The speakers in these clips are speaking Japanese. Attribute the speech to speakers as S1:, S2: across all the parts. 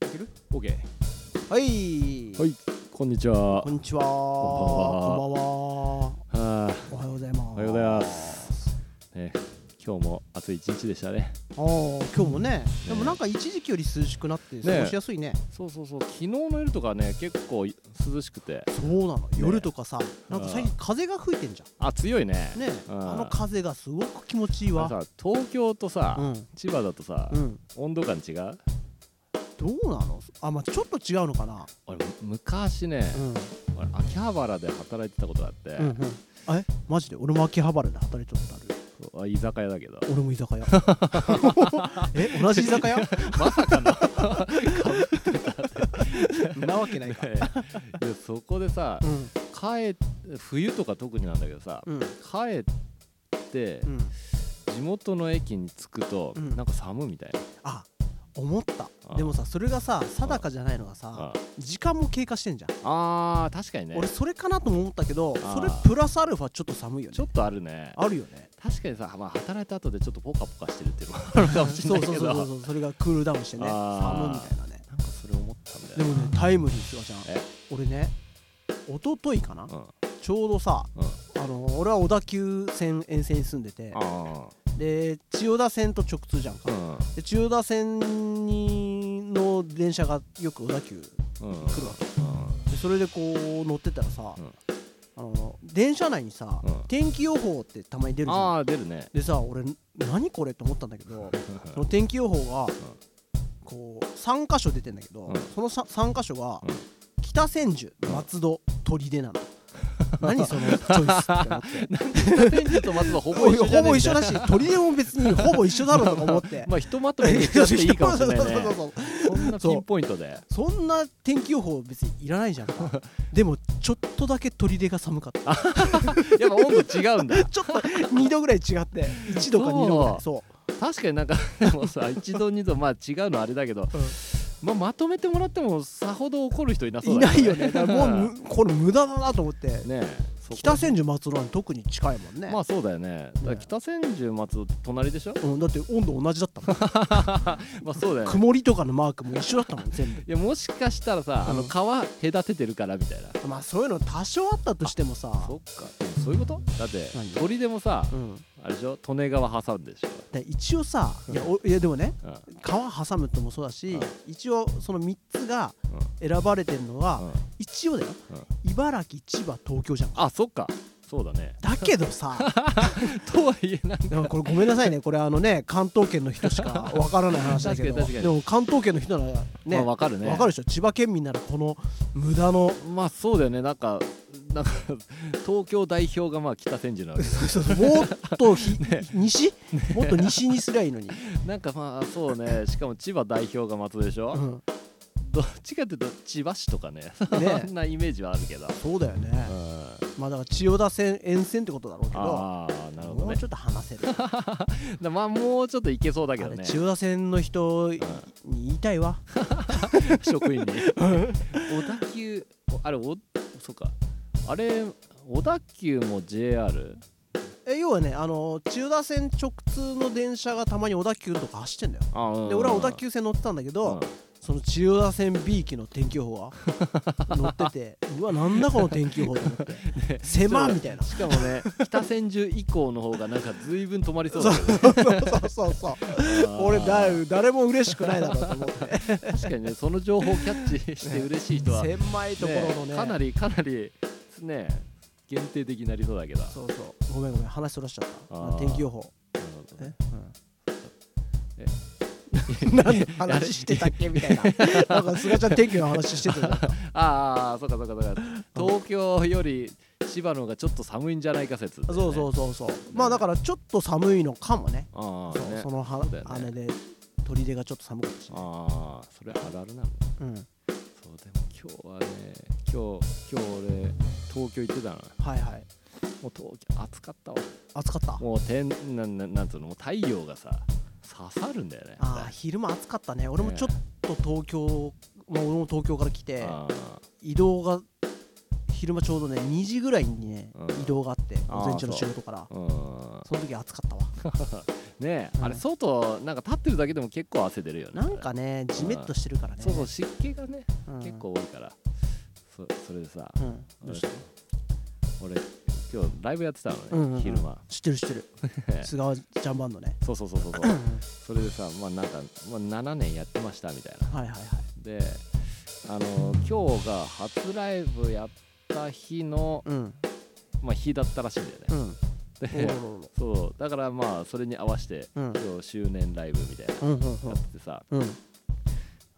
S1: ける ?OK
S2: はい、
S1: はいこんにちは
S2: こんにちは
S1: こ
S2: こんばんは
S1: はあ
S2: おはようございます
S1: おはようございますね今日も暑い一日でしたね
S2: あー今日もねでもなんか一時期より涼しくなって過ごしやすいね
S1: そうそうそう昨日の夜とかね結構涼しくて
S2: そうなの夜とかさ、なんか最近風が吹いてんじゃ
S1: あ強いね
S2: んね
S1: うん
S2: あの風がすごく気持ちいい
S1: あれ
S2: わ
S1: さ東京とさ、
S2: うん
S1: 千葉だとさ、
S2: うん
S1: 温度感違う
S2: どうなのあまあちょっと違うのかな
S1: 俺昔ね、
S2: うん
S1: 俺秋葉原で働いてたことがあって、
S2: うんうんあえマジで俺も秋葉原で働いたことある
S1: そうあ居酒屋だけど
S2: 俺も居酒 屋え同じ居酒屋
S1: ま さかの
S2: なわけない
S1: ね
S2: か、
S1: いやそ こでさ
S2: うん
S1: 帰冬とか特になんだけどさ、
S2: うん
S1: 帰って
S2: うん
S1: 地元の駅に着くと、
S2: うん
S1: なんか寒みたいな
S2: あ思った
S1: あ
S2: でもさそれがさ定かじゃないのがさ
S1: あ
S2: 時間も経過してんじゃん、
S1: あー確かにね
S2: 俺それかなとも思ったけど
S1: あー
S2: それプラスアルファちょっと寒いよね
S1: ちょっとあるね
S2: あるよ ね
S1: 確かにさ、まあ、働いた後でちょっとポカポカしてるっていうのもあるかもし
S2: そ
S1: れ
S2: うそう
S1: ないけ
S2: そ
S1: ど
S2: うそうそうそれがクールダウンしてね寒い
S1: あー
S2: みたいなね
S1: なんかそれ思ったんだよ
S2: でもねタイムリーすわちゃん
S1: え
S2: 俺ね一昨日かな
S1: うん
S2: ちょうどさ
S1: うん
S2: あの俺は小田急線沿線に住んでて
S1: あ
S2: で千代田線と直通じゃんか
S1: あうん
S2: で千代田線にの電車がよく小田急
S1: うん
S2: 来るわけでそれでこう乗ってたらさ、
S1: うん
S2: あの電車内にさ、
S1: うん
S2: 天気予報ってたまに出
S1: うん
S2: るじゃん
S1: ああ出るね
S2: でさ俺何これって思ったんだけどその天気予報が、こう3箇所出てんだけど、
S1: うん
S2: その 3, 3箇所が、
S1: うん
S2: 北千住松戸取出な の何そのチョイスって思って
S1: 天気と松葉ほぼ一緒じゃ
S2: ほ
S1: ね
S2: ぼ
S1: え
S2: 一緒だし取出も別にほぼ一緒だろうとか思って
S1: まあひとまとめに言っちゃっていいかもしれない
S2: そうそう
S1: ね
S2: そうそう
S1: そんなピンポイントで
S2: そんな天気予報別にいらないじゃん かでもちょっとだけ取出が寒かった
S1: やっぱ温度違うんだ
S2: ちょっと2度ぐらい違 って1度か2度ぐらいそ
S1: 確かになんかでもさ一度二度まあ違うのはあれだけど、
S2: うん
S1: まあ、まとめてもらってもさほど怒る人いな
S2: う
S1: そう
S2: い
S1: だ
S2: ないよねだからもう むこれ無駄だなと思って
S1: ねえそこ
S2: 北千住松戸なんて特に近いもんね、
S1: まあそうだよねだから北千住松戸隣でしょ
S2: うん、だって温度同じだったもん
S1: まあそうだよね
S2: 曇りとかのマークも一緒だったもん全部
S1: いやもしかしたらさ、あの
S2: うん
S1: 川隔ててるからみたいな
S2: まあそういうの多少あったとしてもさ
S1: そっかでもそういうことだって
S2: 何
S1: 鳥でもさ
S2: うん、
S1: あれでしょ利根川挟んででしょ
S2: で一応さ、
S1: うん
S2: いやおいやでもね
S1: うん
S2: 川挟むってもそうだし、
S1: うん
S2: 一応その3つが選ばれてるのは、
S1: うん
S2: 一応だよ、茨城千葉東京じゃん
S1: あそっかそうだね
S2: だけどさ
S1: とはいえなん か
S2: でもこれごめんなさいねこれあのね関東圏の人し かわからない話だけど
S1: 確かに確かに
S2: でも関東圏の人ならね、
S1: まあ
S2: わ
S1: わかるね
S2: かるでしょ千葉県民ならこの無駄の
S1: まあそうだよねなんかなんか東京代表がまあ北千住なわけだ
S2: もっと ひ、西、もっと西にすりゃいいのに、
S1: なんかまあそうねしかも千葉代表が松戸でしょ、
S2: うん、
S1: どっちかっていうと千葉市とかね そん
S2: ね
S1: なイメージはあるけど、
S2: そうだよね、
S1: うん、
S2: まあだから千代田線沿線ってことだろうけど
S1: ああなるほ
S2: も
S1: ど
S2: う
S1: ね
S2: ちょっと話せる、
S1: だまあもうちょっといけそうだけ
S2: あ
S1: ど
S2: れ
S1: ね
S2: 千代田線の人に言いたいわ、
S1: うん職員に小田急おあれおそっかあれ小田急も JR
S2: え要はねあの千代田線直通の電車がたまに小田急とか走ってんだよ
S1: あ
S2: で俺は小田急線乗ってたんだけど、
S1: うん
S2: その千代田線 B 期の天気予報が載って てうわなんだこの天気予報と思って狭みたいな
S1: しかもね北千住以降の方がなんか随分止まりそう
S2: そう
S1: だ
S2: そうそうそ
S1: よ
S2: うそう
S1: あー
S2: 俺だ誰も嬉しくないだろうと 思って
S1: 確かにねその情報をキャッチして嬉しい人は、
S2: 狭いところのね
S1: ねかなりかなりね限定的になりそうだけど
S2: そうそうごめんごめん話そらしちゃっ
S1: あ
S2: た
S1: ー
S2: 天気予報
S1: なる
S2: え
S1: ほどね、
S2: うん、何の話してたっけみ たいななんか菅ちゃん天気の話してたじ
S1: ああそうかそうかそうか東京より千葉の方がちょっと寒いんじゃないか説、ね
S2: ゃ、んそうそううそうそうまあだからちょっと寒いのかもね
S1: ああ、
S2: そう
S1: ね、
S2: そのは
S1: そうだよね
S2: あれで砦がちょっと寒かったしね
S1: ああそれあるあるなの
S2: うん
S1: そうでも今日はね今日今日俺東京行ってたの
S2: はいはい
S1: もう東京暑かったわ
S2: 暑かった
S1: もう天なんなんなんつうのもう太陽がさ刺さるんだよね
S2: あー昼間暑かったね俺もちょっと東京、まあ、俺も東京から来て
S1: ああ
S2: 移動が昼間ちょうどね2時ぐらいにね、
S1: うん
S2: 移動があって
S1: あー
S2: 午前中の仕事から
S1: うん
S2: その時暑かったわ
S1: ね
S2: うん
S1: あれ外なんか立ってるだけでも結構汗出るよね
S2: なんかねじめっとしてるからね
S1: そうそう湿気がね
S2: うん
S1: 結構多いからそそれでさ
S2: うんどうした
S1: 俺今日ライブやってたのね、
S2: うんうんうん
S1: 昼間
S2: 知ってる知ってる菅川ジャンバンドね
S1: そうそうそうそうそう
S2: うん
S1: それでさまあなんか、まあ、7年やってましたみたいな
S2: はいはいはい
S1: であの今日が初ライブやった日の、
S2: うん
S1: まあ、日だったらしいんだよね
S2: う、ん
S1: でそうだからまあそれに合わせて
S2: うん
S1: 今日周年ライブみたいな
S2: うんうん
S1: やっててさ
S2: うん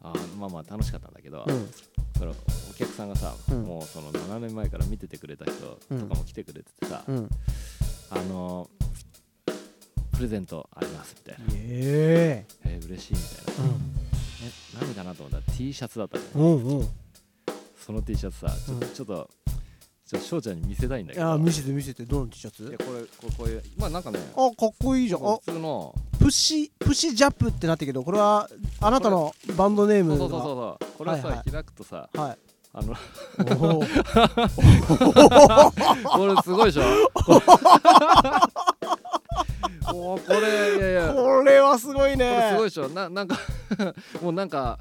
S1: あーまあまあ楽しかったんだけど、
S2: うん
S1: そのお客さんがさ、
S2: うん
S1: もうその7年前から見ててくれた人とかも来てくれててさ、
S2: うん
S1: あのプレゼントありますみたいな、
S2: イエ
S1: えー嬉しいみたい
S2: ーイ
S1: なえ何かなと思ったら T シャツだったね
S2: うんうんうんい
S1: その T シャツさちょ,、
S2: うん
S1: ちょっとちょっと翔ちゃんに見せたいんだけど
S2: や見せて見せてどの T シャ
S1: いや
S2: ツ
S1: これこうこういうまあなんかね
S2: あかっこいいじゃんあ
S1: 普通の
S2: プシプシジャップってなってるけどこれはあなたのバンドネー
S1: そ
S2: ム
S1: うそうそう
S2: が
S1: そうこれさ、
S2: はいはい
S1: 開くとさ
S2: はい
S1: あの
S2: おー
S1: これすごいで しょもうこれいやいやこ
S2: これはすごい
S1: れ
S2: ね
S1: すごいでしょななんか もうなんか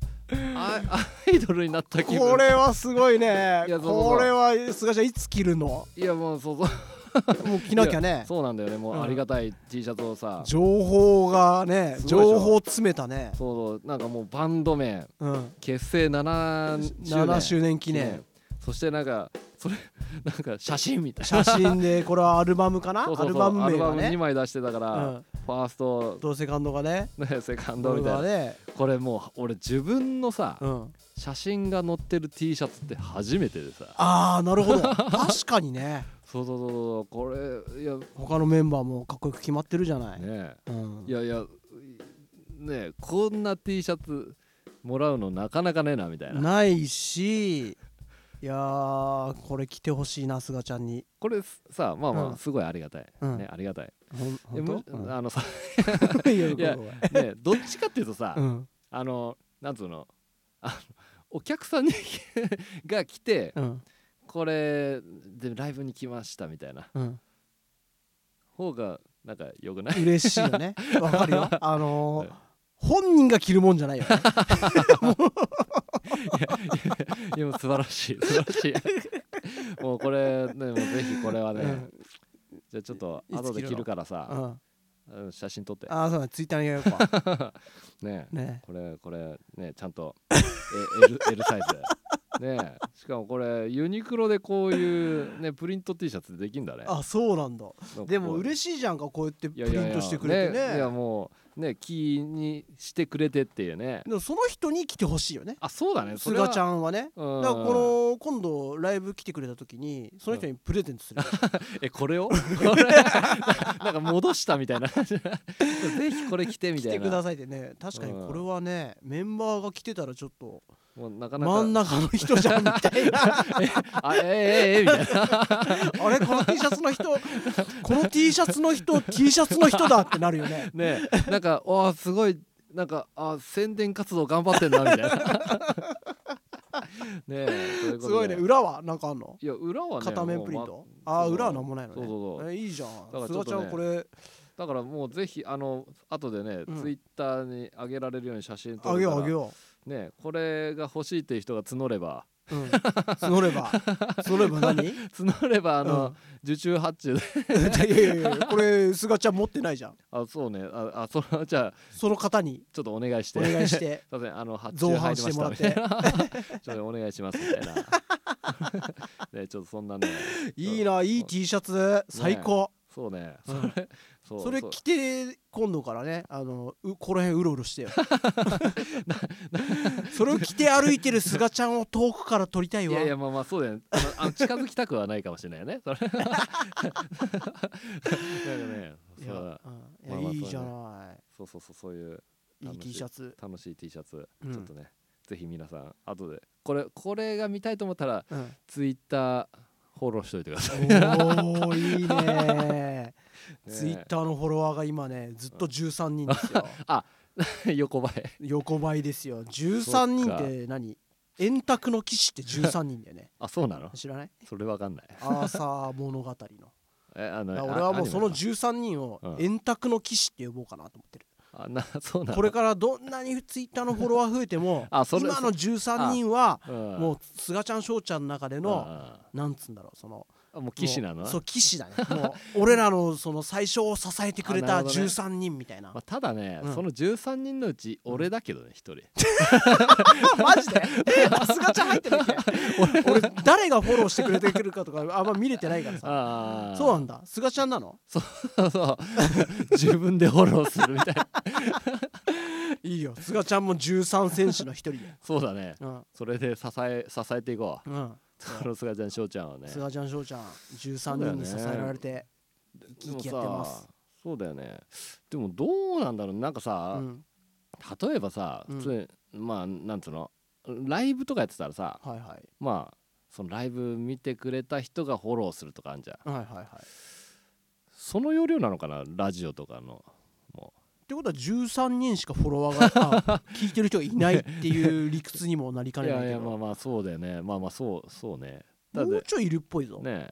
S1: アアイドルになった気分
S2: これはすごいね
S1: いやそうそうそう
S2: これは菅ちゃんいつ着るのも
S1: いやもうそうそう
S2: う着なきゃね
S1: そうなんだよねも
S2: う
S1: うんありがたい T シャツをさ、
S2: 情報がね
S1: すごいでしょ
S2: 情報詰めたね
S1: そうそうなんかもうバンド名
S2: うん
S1: 結成7
S2: 7周年記念
S1: そしてなんかそれなんか写真みたいな
S2: 写真でこれはアルバムかな
S1: そう
S2: ア
S1: そう
S2: ル
S1: そう
S2: バム名が
S1: 2
S2: ね
S1: 枚出してたから、
S2: うん
S1: ファースト、
S2: どうせ感動がね
S1: ね、セカンド
S2: これ
S1: みたいな、
S2: はね
S1: これもう俺自分のさ、
S2: うん
S1: 写真が載ってる T シャツって初めてでさ
S2: ああなる ほど確かにね
S1: そうそうそうそうこれいや
S2: 他のメンバーもかっこよく決まってるじゃない
S1: ね
S2: うん
S1: いやいやねえこんな T シャツもらうのなかなかねえなみたいな
S2: ないしいやーこれ着てほしいなすがちゃんに
S1: これさまあま
S2: う
S1: あ
S2: ん
S1: すごいありがたい、
S2: うん
S1: ねありがたい
S2: ほんほ
S1: で
S2: ん
S1: む
S2: とうん
S1: あのさ
S2: いや
S1: いや
S2: ごめん
S1: ねどっちかっていうとさ、
S2: うん
S1: あのなんつうの あのお客さんに が来て
S2: うん
S1: これでライブに来ましたみたいな
S2: うん
S1: 方がなんかよくない
S2: 嬉しいよねわかるよあのー本人が着るもんじゃない よね
S1: いやもう素晴らしい素晴らしい もうこれねもうぜひこれはね、
S2: うん
S1: じゃあちょっと
S2: いつ
S1: 後で
S2: 着るの
S1: 着るから
S2: う
S1: さ、
S2: ん
S1: うん写真撮って
S2: ああそうだツイッターにやろうか
S1: ね
S2: ね
S1: これこれねちゃ んとえ L, L サイズねしかもこれユニクロでこういうねプリント T シャツできんだね
S2: あそうなんだでも
S1: しい
S2: 嬉しいじゃんかこうやってプ
S1: い
S2: リ
S1: やいやいや
S2: ントしてくれてね
S1: いやもうね気にしてくれてっていうね
S2: でもその人に来てほしいよね
S1: あそうだねそ
S2: す
S1: れは
S2: がちゃんはね
S1: うん
S2: だからこの今度ライブ来てくれた時にその人にプレゼントする、
S1: え これを これなんか戻したみたいな ぜひこれ着て み
S2: 来
S1: た
S2: て
S1: い
S2: くだ
S1: な
S2: さいってね確かに
S1: うん
S2: これはねメンバーが来てたらちょっと
S1: もうなかなか
S2: 真ん中の人じゃんみ たいな
S1: あええええみたいな
S2: あれこの T シャツの人この T シャツの 人 T シャツの人だってなるよね
S1: ねなんかわあすごいなんかあ宣伝活動頑張ってんなみたいな ねえとうこと
S2: す
S1: で
S2: ごいね裏はなんかあんの
S1: いや裏はね
S2: 片面プリン
S1: も
S2: ト
S1: う、ま
S2: ああ
S1: そう
S2: 裏はなんもないのね
S1: そうそうそう
S2: えいいじゃん
S1: からちょ
S2: す
S1: っとね
S2: がちゃんこれ
S1: だからもうぜひあの後でね、
S2: うん
S1: ツイッターに上げられるように写真撮
S2: あ
S1: る
S2: げ
S1: か
S2: よ
S1: ら
S2: うあげよ
S1: ねこれが欲しいっていう人が募れば
S2: う、うん、募れば募れば何い
S1: 募ればあの、
S2: うん
S1: 受注発注で
S2: やいやいやこれすがちゃん持ってないじゃん
S1: あそうねああそのじゃあ
S2: その方に
S1: ちょっとお願いして
S2: お願いして
S1: すいませんあの発注
S2: 造
S1: 入
S2: 反
S1: り
S2: し
S1: ま
S2: てもらっ
S1: したみ
S2: て
S1: たいな ちょっとお願いしますみたいな ねちょっとそんなね
S2: いいないい T シャツ最高、
S1: そうね
S2: う
S1: そ
S2: ん
S1: れそう
S2: それ
S1: う
S2: 着て今度からねあのうこの辺うろうろして よ それを着て歩いてるすがちゃんを遠くから撮りたい
S1: い
S2: わ
S1: やいやまあまあそうだよねあのあの近づきたくはないかもしれないよね それなんか
S2: いやうん
S1: ねそう
S2: いや
S1: まあまあ
S2: いいじゃない
S1: そうそうそうそういう
S2: いい
S1: 楽
S2: T
S1: しい
S2: シャツ、
S1: 楽しい T シャツ、
S2: うん
S1: ちょっとねぜひ皆さん後でこれこれが見たいと思ったら
S2: うん
S1: ツイッターフォローしといてください、
S2: おおいい ね
S1: え
S2: ツイッターのフォロワーが今ねずっと13人です よ
S1: 横ばい
S2: 横ばいですよ13人って何円卓の騎士って13人だよね
S1: あそうなの
S2: 知らない
S1: それわかんない
S2: アーサー物語の
S1: えあの
S2: だから
S1: あ
S2: 俺はもうその
S1: アニメ
S2: 13人を
S1: うん
S2: 円卓の騎士って呼ぼうかなと思ってる、
S1: かあな そうなの
S2: これからどんなにツイッターのフォロワー増えても
S1: あそれ
S2: 今の13人は
S1: うん
S2: もう菅ちゃん翔ちゃんの中で
S1: うんうん
S2: の
S1: あ
S2: なんつうんだろうその
S1: もう騎士なの
S2: も
S1: な
S2: うそう騎士だねもう俺らのその最初を支えてくれ
S1: あな
S2: た
S1: るほどね
S2: 13人みたいな
S1: まあ、ただね、
S2: うん
S1: その13人のうち俺だけどね一 人
S2: マ ジで菅ちゃん入ってるっけ 俺 誰がフォローしてくれてくるかとかあんま見れてないからさ
S1: ああ
S2: そうなんだ菅ちゃんなの
S1: そうそう自分でフォローするみた いない
S2: いよ菅ちゃんも13選手の一人で
S1: そうだね
S2: うん
S1: それで支え支えていこう
S2: うん
S1: そのすがちゃんしょうちゃんはね
S2: 菅ちゃん翔ちゃん13人に支えられて
S1: で
S2: 生
S1: も
S2: きやってます
S1: さそうだよねでもどうなんだろうなんか
S2: う
S1: さ、
S2: ん
S1: 例えばさ
S2: うん
S1: 普通に、まあなんつうのライブとかやってたらさ
S2: はいはい
S1: まあそのライブ見てくれた人がフォローするとかあるじゃん
S2: はいはいはいっ
S1: その要領なのかなラジオとかのも
S2: てことは13人しかフォロワー があ聞いてる人がいないっていう理屈にもなりか
S1: うい
S2: ねない
S1: や
S2: けど
S1: いやまあまあそうだよねまあまあそうそうねだっ
S2: もう
S1: て
S2: ちょいいるっぽいぞ、
S1: ね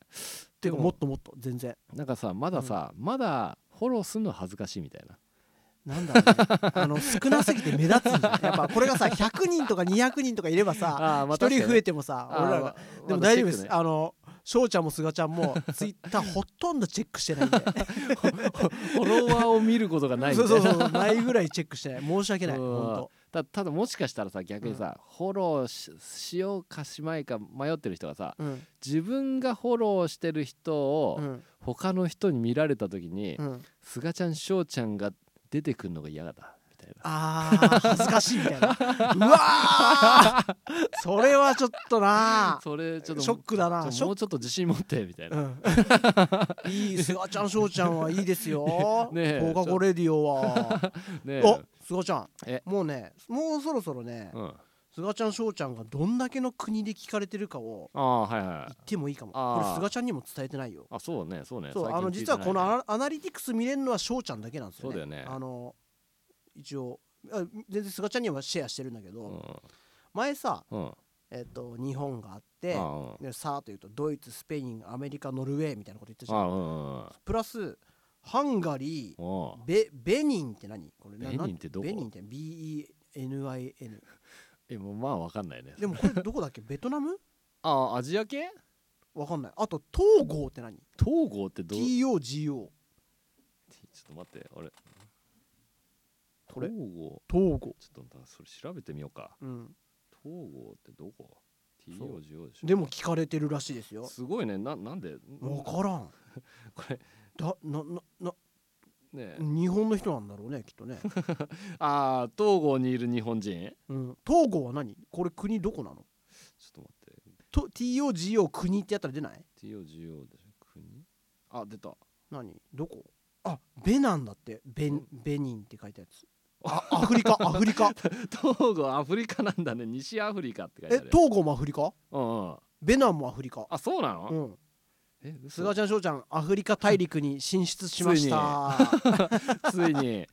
S2: てか
S1: でも
S2: もっともっと全然
S1: なんかさまださ、まだフォローするの恥ずかしいみたいな
S2: なんだろうね あの少なすぎて目立つんじゃないやっぱこれがさ100人とか200人とかいればさ
S1: あ
S2: 一
S1: あ
S2: 人増え
S1: て
S2: てもさ俺らがでも大丈夫ですあの翔ちゃんも菅ちゃん もツイッターほとんどチェックしてないんで
S1: フォロワーを見ることがない
S2: そ
S1: みた
S2: う
S1: い
S2: そう
S1: な
S2: そうないぐらいチェックしてない申し訳ない
S1: うん
S2: 本
S1: たただもしかしたらさ逆にさ、フォローししようかしまいか迷ってる人がさ
S2: 当うん
S1: 自分がフォローしてる人を
S2: うん
S1: 他の人に見られた時に、
S2: うん
S1: すがちゃんしょうちゃんが出てくるのが嫌だみたいな
S2: あー恥ずかしいみたいなうわーそれはちょっとな
S1: それちょっと
S2: ショックだな
S1: ちょ
S2: ショ
S1: も
S2: ッ
S1: うちょっと自信持ってみたいな、
S2: うんいい菅ちゃん翔ちゃんはいいですよ
S1: ねえ
S2: 放課後レディオは
S1: ね
S2: お菅ちゃん
S1: え
S2: もうねもうそろそろね
S1: うん、あ
S2: 菅ちゃん翔ちゃんがどんだけの国で聞かれてるかを
S1: あはいは
S2: 言っ
S1: い
S2: てもいいかも
S1: あ
S2: こ
S1: ー
S2: れ菅ちゃんにも伝えてないよ
S1: あそうねそうね
S2: そう
S1: 最近
S2: あの
S1: 聞いて
S2: 実は
S1: ない
S2: このアナアナリティクス見れるのは翔ちゃんだけなんですよね
S1: そうだよね
S2: あの一応あ全然菅ちゃんにはシェアしてるんだけど、
S1: う
S2: 前さ、
S1: んうん
S2: えっと日本があって
S1: あうん
S2: でさあというとドイツスペインアメリカノルウェーみたいなこと言ったじゃ
S1: あ
S2: ん
S1: うんうん
S2: プラスハンガリー
S1: お
S2: ベベニンって何これな
S1: ベニンってどこ
S2: ベニンって BENIN
S1: えもうまあわかんないね
S2: でもこれどこだっけベトナム
S1: あアジア系
S2: わかんないあと東郷って何
S1: 東郷ってどう
S2: ?TOGO
S1: ちょっと待ってあれ
S2: これ
S1: 東郷
S2: 東郷
S1: ちょっと待ってそれ調べてみようか
S2: うん
S1: 東郷ってどこ
S2: そう
S1: ?TOGO でしょ
S2: でも聞かれてるらしいですよ
S1: すごいねななんで
S2: 分からん
S1: これ
S2: だななな
S1: ね
S2: 日本の人なんだろう ねきっとね、
S1: ああ東郷にいる日本人
S2: うん、東郷は何これ国どこなの
S1: ちょっと
S2: と ?TOGO 国ってやったら出ない
S1: 待って TOGO でしょ国あ出た
S2: 何どこあベなんだってベンベニンって書いたやつあアフリ カアフリカ
S1: 東郷アフリカなんだね西アフリカって書いて
S2: え
S1: ある
S2: 東郷もアフリカ
S1: うんうん
S2: ベナンもアフリカ
S1: あそうなの、
S2: うん
S1: え嘘
S2: 菅ちゃん翔ちゃんアフリカ大陸に進出しました
S1: ついに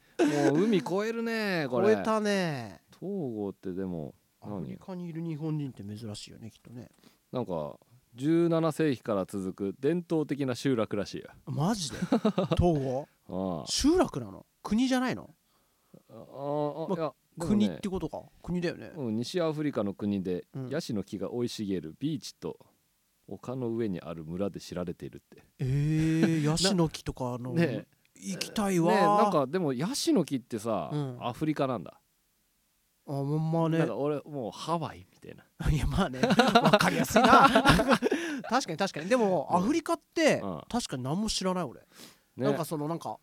S1: もう海越えるね こ
S2: 超
S1: れ
S2: えたね
S1: 東郷ってでも
S2: アフリカにいる日本人って珍しいよねきっとね
S1: なんか17世紀から続く伝統的な集落らしいよ
S2: マ ジで東郷
S1: あ
S2: 集落なの国じゃないの
S1: あああ
S2: ま
S1: いやでもね
S2: 国ってことか国だよね
S1: うん西アフリカの国で
S2: うん
S1: ヤシの木が生い茂るビーチと丘の上にある村で知られているって
S2: えー、ヤシの木とかの、
S1: ね
S2: 行きたい
S1: ね
S2: わ、
S1: なんかでもヤシの木ってさ
S2: うん
S1: アフリカなんだ
S2: あほんまね
S1: なんか俺もうハワイみたいない
S2: やまあね わかりやすいな 確かに確かにでも
S1: うん
S2: アフリカって、
S1: うん
S2: 確かに何も知らない俺、
S1: ね
S2: なんかそのなんか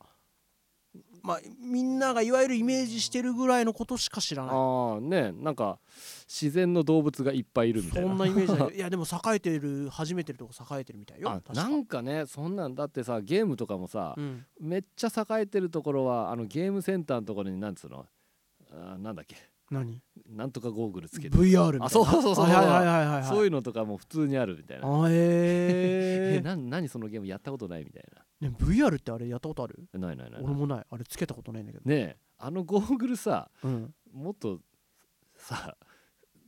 S2: まあみんながいわゆるイメージしてるぐらいのことしか知らない
S1: ああねなんか自然の動物がいっぱいいるみたい
S2: そ
S1: なん
S2: なイメージ だけどいやでも栄えてる初めてるとこ栄えてるみたいよ
S1: あ
S2: 確か
S1: なんかねそんなんだってさゲームとかもさ、
S2: うん、
S1: めっちゃ栄えてるところはあのゲームセンターのところになんつうのあーなんだっけ
S2: 何
S1: なんとかゴーグルつけて、
S2: VR みたいな
S1: あそうそうそうそう
S2: はいはいはいはいはい
S1: そう
S2: い
S1: いうのとかも普通にあるみたいな
S2: あ
S1: え
S2: え
S1: な何そのゲームやったことないみたい
S2: ーね、VR ってあれやったことある
S1: なないないない
S2: 俺もないあれつけたことないんだけど、
S1: ねえあのゴーグルさ
S2: うん、
S1: もっとさ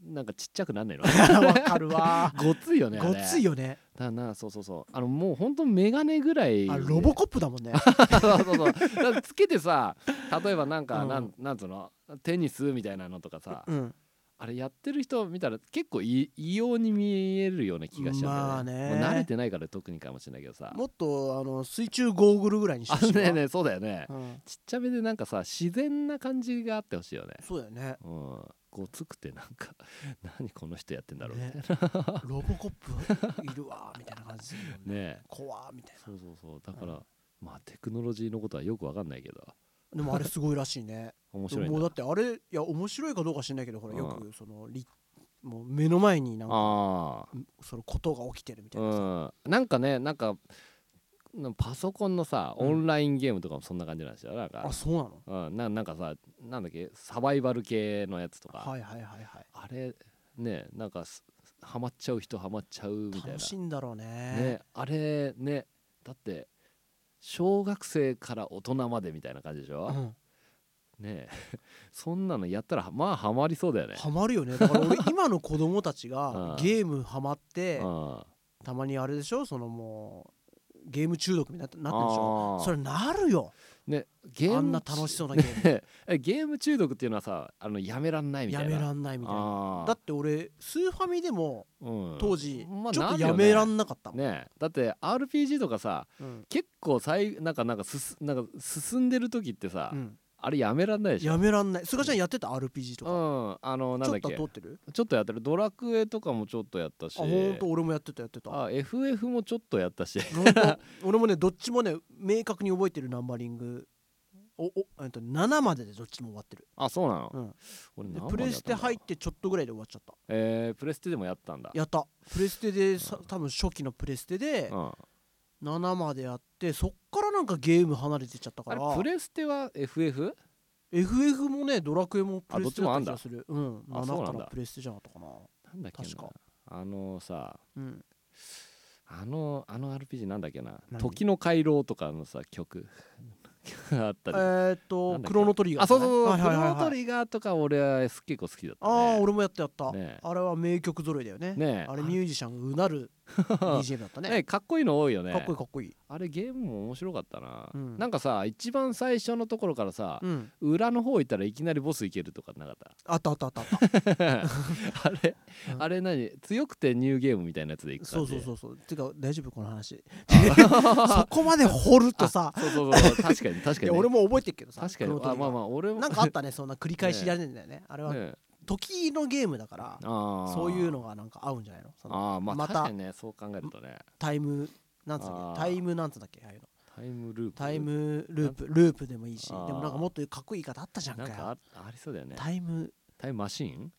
S1: なんかちっちゃくな んないの
S2: わかる わ
S1: ごついよねあ
S2: ご
S1: れ
S2: っついよね
S1: だなそうそうそうあのもうほんとメガネぐらい
S2: あロボコップだもんね
S1: そうそうそうだからつけてさ例えばなんか、
S2: うん
S1: なんなんつうのテニスみたいなのとかさ、
S2: うん
S1: あれやってる人見たら結構い異様に見えるような気がしちゃうんだよ
S2: まあね
S1: もう慣れてないから特にかもしれないけどさ
S2: もっとあの水中ゴーグルぐらいにして
S1: あ
S2: ほしいわ
S1: ねえねえそうだよね、
S2: うん
S1: ちっちゃめでなんかさ自然な感じがあってほしいよね
S2: そうだよね
S1: うんごつくてなんか 何この人やってんだろうみたい
S2: ね
S1: な ね
S2: ロボコップいるわみたいな感じするもんね
S1: え
S2: 怖ーみたいな
S1: そうそうそうだから、まあテクノロジーのことはよくわかんないけど
S2: でもあれすごいらしいね
S1: 面白いん
S2: もう
S1: だ
S2: だってあれいや面白いかどうか知んないけどほら
S1: うん
S2: よくそのりもう目の前になんか
S1: ああ
S2: そのことが起きてるみたいなさ
S1: うん、なんかねなんかなパソコンのさ
S2: うん
S1: オンラインゲームとかもそんな感じなんですよなんか
S2: あそうなの
S1: うん、ななんかさなんだっけサバイバル系のやつとか、
S2: はいはいはいは
S1: あれねなんかすハマっちゃう人ハマっちゃう
S2: い
S1: みたいな
S2: 楽しいんだろうね
S1: ねあれねだって小学生から大人までみたいな感じでし
S2: う
S1: ょ、
S2: ん
S1: ね そんなのやったらまあハマりそうだよね、
S2: ハマるよねだから俺今の子供たちが
S1: うん
S2: ゲームハマって
S1: うん
S2: たまにあれでしょそのもうゲーム中毒になってなってるでしょ
S1: あー
S2: それなるよ
S1: ねゲーム
S2: あんな楽しそうなゲーム
S1: えゲーム中毒っていうのはさあのやめらんないみた
S2: や
S1: いな
S2: めらんないみたいな
S1: あー
S2: だって俺スーファミでも
S1: うん
S2: 当時
S1: まあ
S2: ちょっ
S1: な
S2: と
S1: るよ
S2: や
S1: ね
S2: めらんなかったもん、
S1: ねえだって RPG とかさ
S2: うん
S1: 結構さいなんかなんかすなんか進んでる時ってさ、
S2: うん
S1: あれやめらんないでしょ
S2: やめらんない菅ちゃんやってた RPG と
S1: う
S2: か
S1: んあのなん
S2: ちょ
S1: だっ
S2: っと
S1: け
S2: は通ってる
S1: ちょっとやってるドラクエとかもちょっとやったし
S2: あほんと俺もやってたやってた
S1: あ FF もちょっとやった し
S2: ほん と俺もねどっちもね明確に覚えてるナンバリングおおえっと7まででどっちも終わってる、
S1: あそうなの、
S2: うん、
S1: 俺
S2: で
S1: 何
S2: プレステ入っ
S1: までやったんだろう
S2: てちょっとぐらいで終わっちゃった
S1: えープレステでもやったんだ
S2: やったプレステでさ多分初期のプレステで
S1: うん、あ
S2: 7までやってそっからなんかゲーム離れてっちゃったか
S1: れ
S2: ら
S1: プレステは FF?
S2: FF もねドラクエもプレステだった気
S1: あどっ
S2: が
S1: ち
S2: するうん
S1: あそうなんだ
S2: 7からプレステじゃなかったかな
S1: なんだっけな
S2: 確か
S1: あのさ
S2: うん
S1: あのあの RPG なんだっけな「
S2: 何
S1: 時の回廊」とかのさ曲
S2: えーっと
S1: あったりあなんだっけ
S2: クロノトリガー
S1: そうそうそう、
S2: はいはいはい
S1: クロノト
S2: はい
S1: リガーとか俺は結構好きだった、ね、
S2: ああ俺もやったやった
S1: ねえ
S2: あれは名曲揃いだよね
S1: ねえ
S2: あれミュージシャンうな る BGM だったね
S1: ねかっこいいの多いよね
S2: かっこいいかっこいい
S1: あれゲームも面白かったな、
S2: うん
S1: なんかさ一番最初のところからさ、
S2: うん
S1: 裏の方行ったらいきなりボス行けるとかなかっ
S2: あったあったあったあった
S1: た あれ、
S2: うん
S1: あれ何強くてニューゲームみたいなやつで行く
S2: そ
S1: 感
S2: う
S1: じ
S2: そうそううそうてか大丈夫この話
S1: そ
S2: そこまで掘るとさ
S1: うそうそうそう確かに確
S2: い
S1: か
S2: や
S1: に
S2: 俺も覚えてるけどさ
S1: 確かに
S2: クロノト
S1: あ
S2: リガ
S1: ま
S2: ー
S1: あまあ俺も
S2: なんかあ ったねそんな繰り返しやれんだよねあれは
S1: ね
S2: 時のゲームだから
S1: あー
S2: そういうのがなんか合うんじゃないのその
S1: あーまあ
S2: また
S1: 確かにねそう考えるとね
S2: タイムなんつうんだ
S1: あ
S2: っ
S1: ー
S2: けタイムなんつうんだっけああいうの
S1: タイムループ
S2: タイムループループでもいいしで
S1: あー
S2: もなんかもっとかっこいい言い方あったじゃんか
S1: なんか
S2: よ
S1: あありそうだよね
S2: タイ ム
S1: タイムマシーン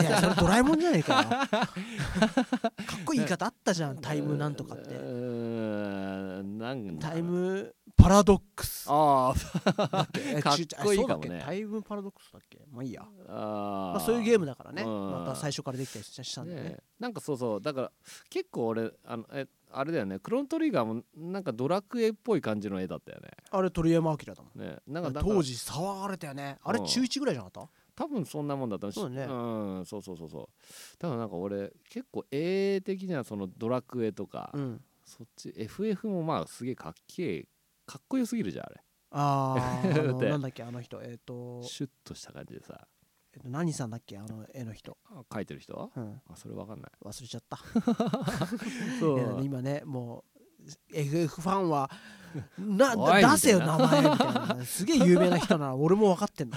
S2: いやそれドラえもんじゃねえか よかっこいい言い方あったじゃんタイムなんとかっ
S1: う
S2: て
S1: ーんなんだ
S2: タイムパラドックス
S1: あー
S2: え
S1: かっ
S2: ちゅ
S1: こいい
S2: あそうだ
S1: かもね
S2: っけタイムパラドックスだっけまあいいや
S1: あ
S2: まあ、そういうゲー
S1: ム
S2: ムだからね
S1: うん
S2: また最初からできたりしたんだよね
S1: なんかそうそうだから結構俺あのえあれだよねクロントリガーもなんかドラクエっぽい感じの絵だったよ
S2: あれ鳥山明だもん
S1: ねねなんかだから
S2: 当時騒がれたよねあれ
S1: うん
S2: 中1ぐらいじゃなかっ
S1: 多分そんなもんだったし
S2: そうだね
S1: んそうそうそうそうだからなんか俺結構絵的にはそのドラクエとか、
S2: たうん
S1: そっち FF もまあすげえかっけえかっこよすぎるじゃんあれ
S2: あーあ
S1: だっ
S2: の
S1: て
S2: なんだっけあの人えっと
S1: シュッとした感じでさ
S2: えっと何さんだっけあの絵の人
S1: あ描いてる人
S2: うん
S1: あそれわかんない
S2: 忘れちゃった
S1: そ
S2: いや今ねもう FF ファンは な
S1: おいみたいな
S2: 出せよ名前みたいなすげえ有名な人なら俺も分かってんの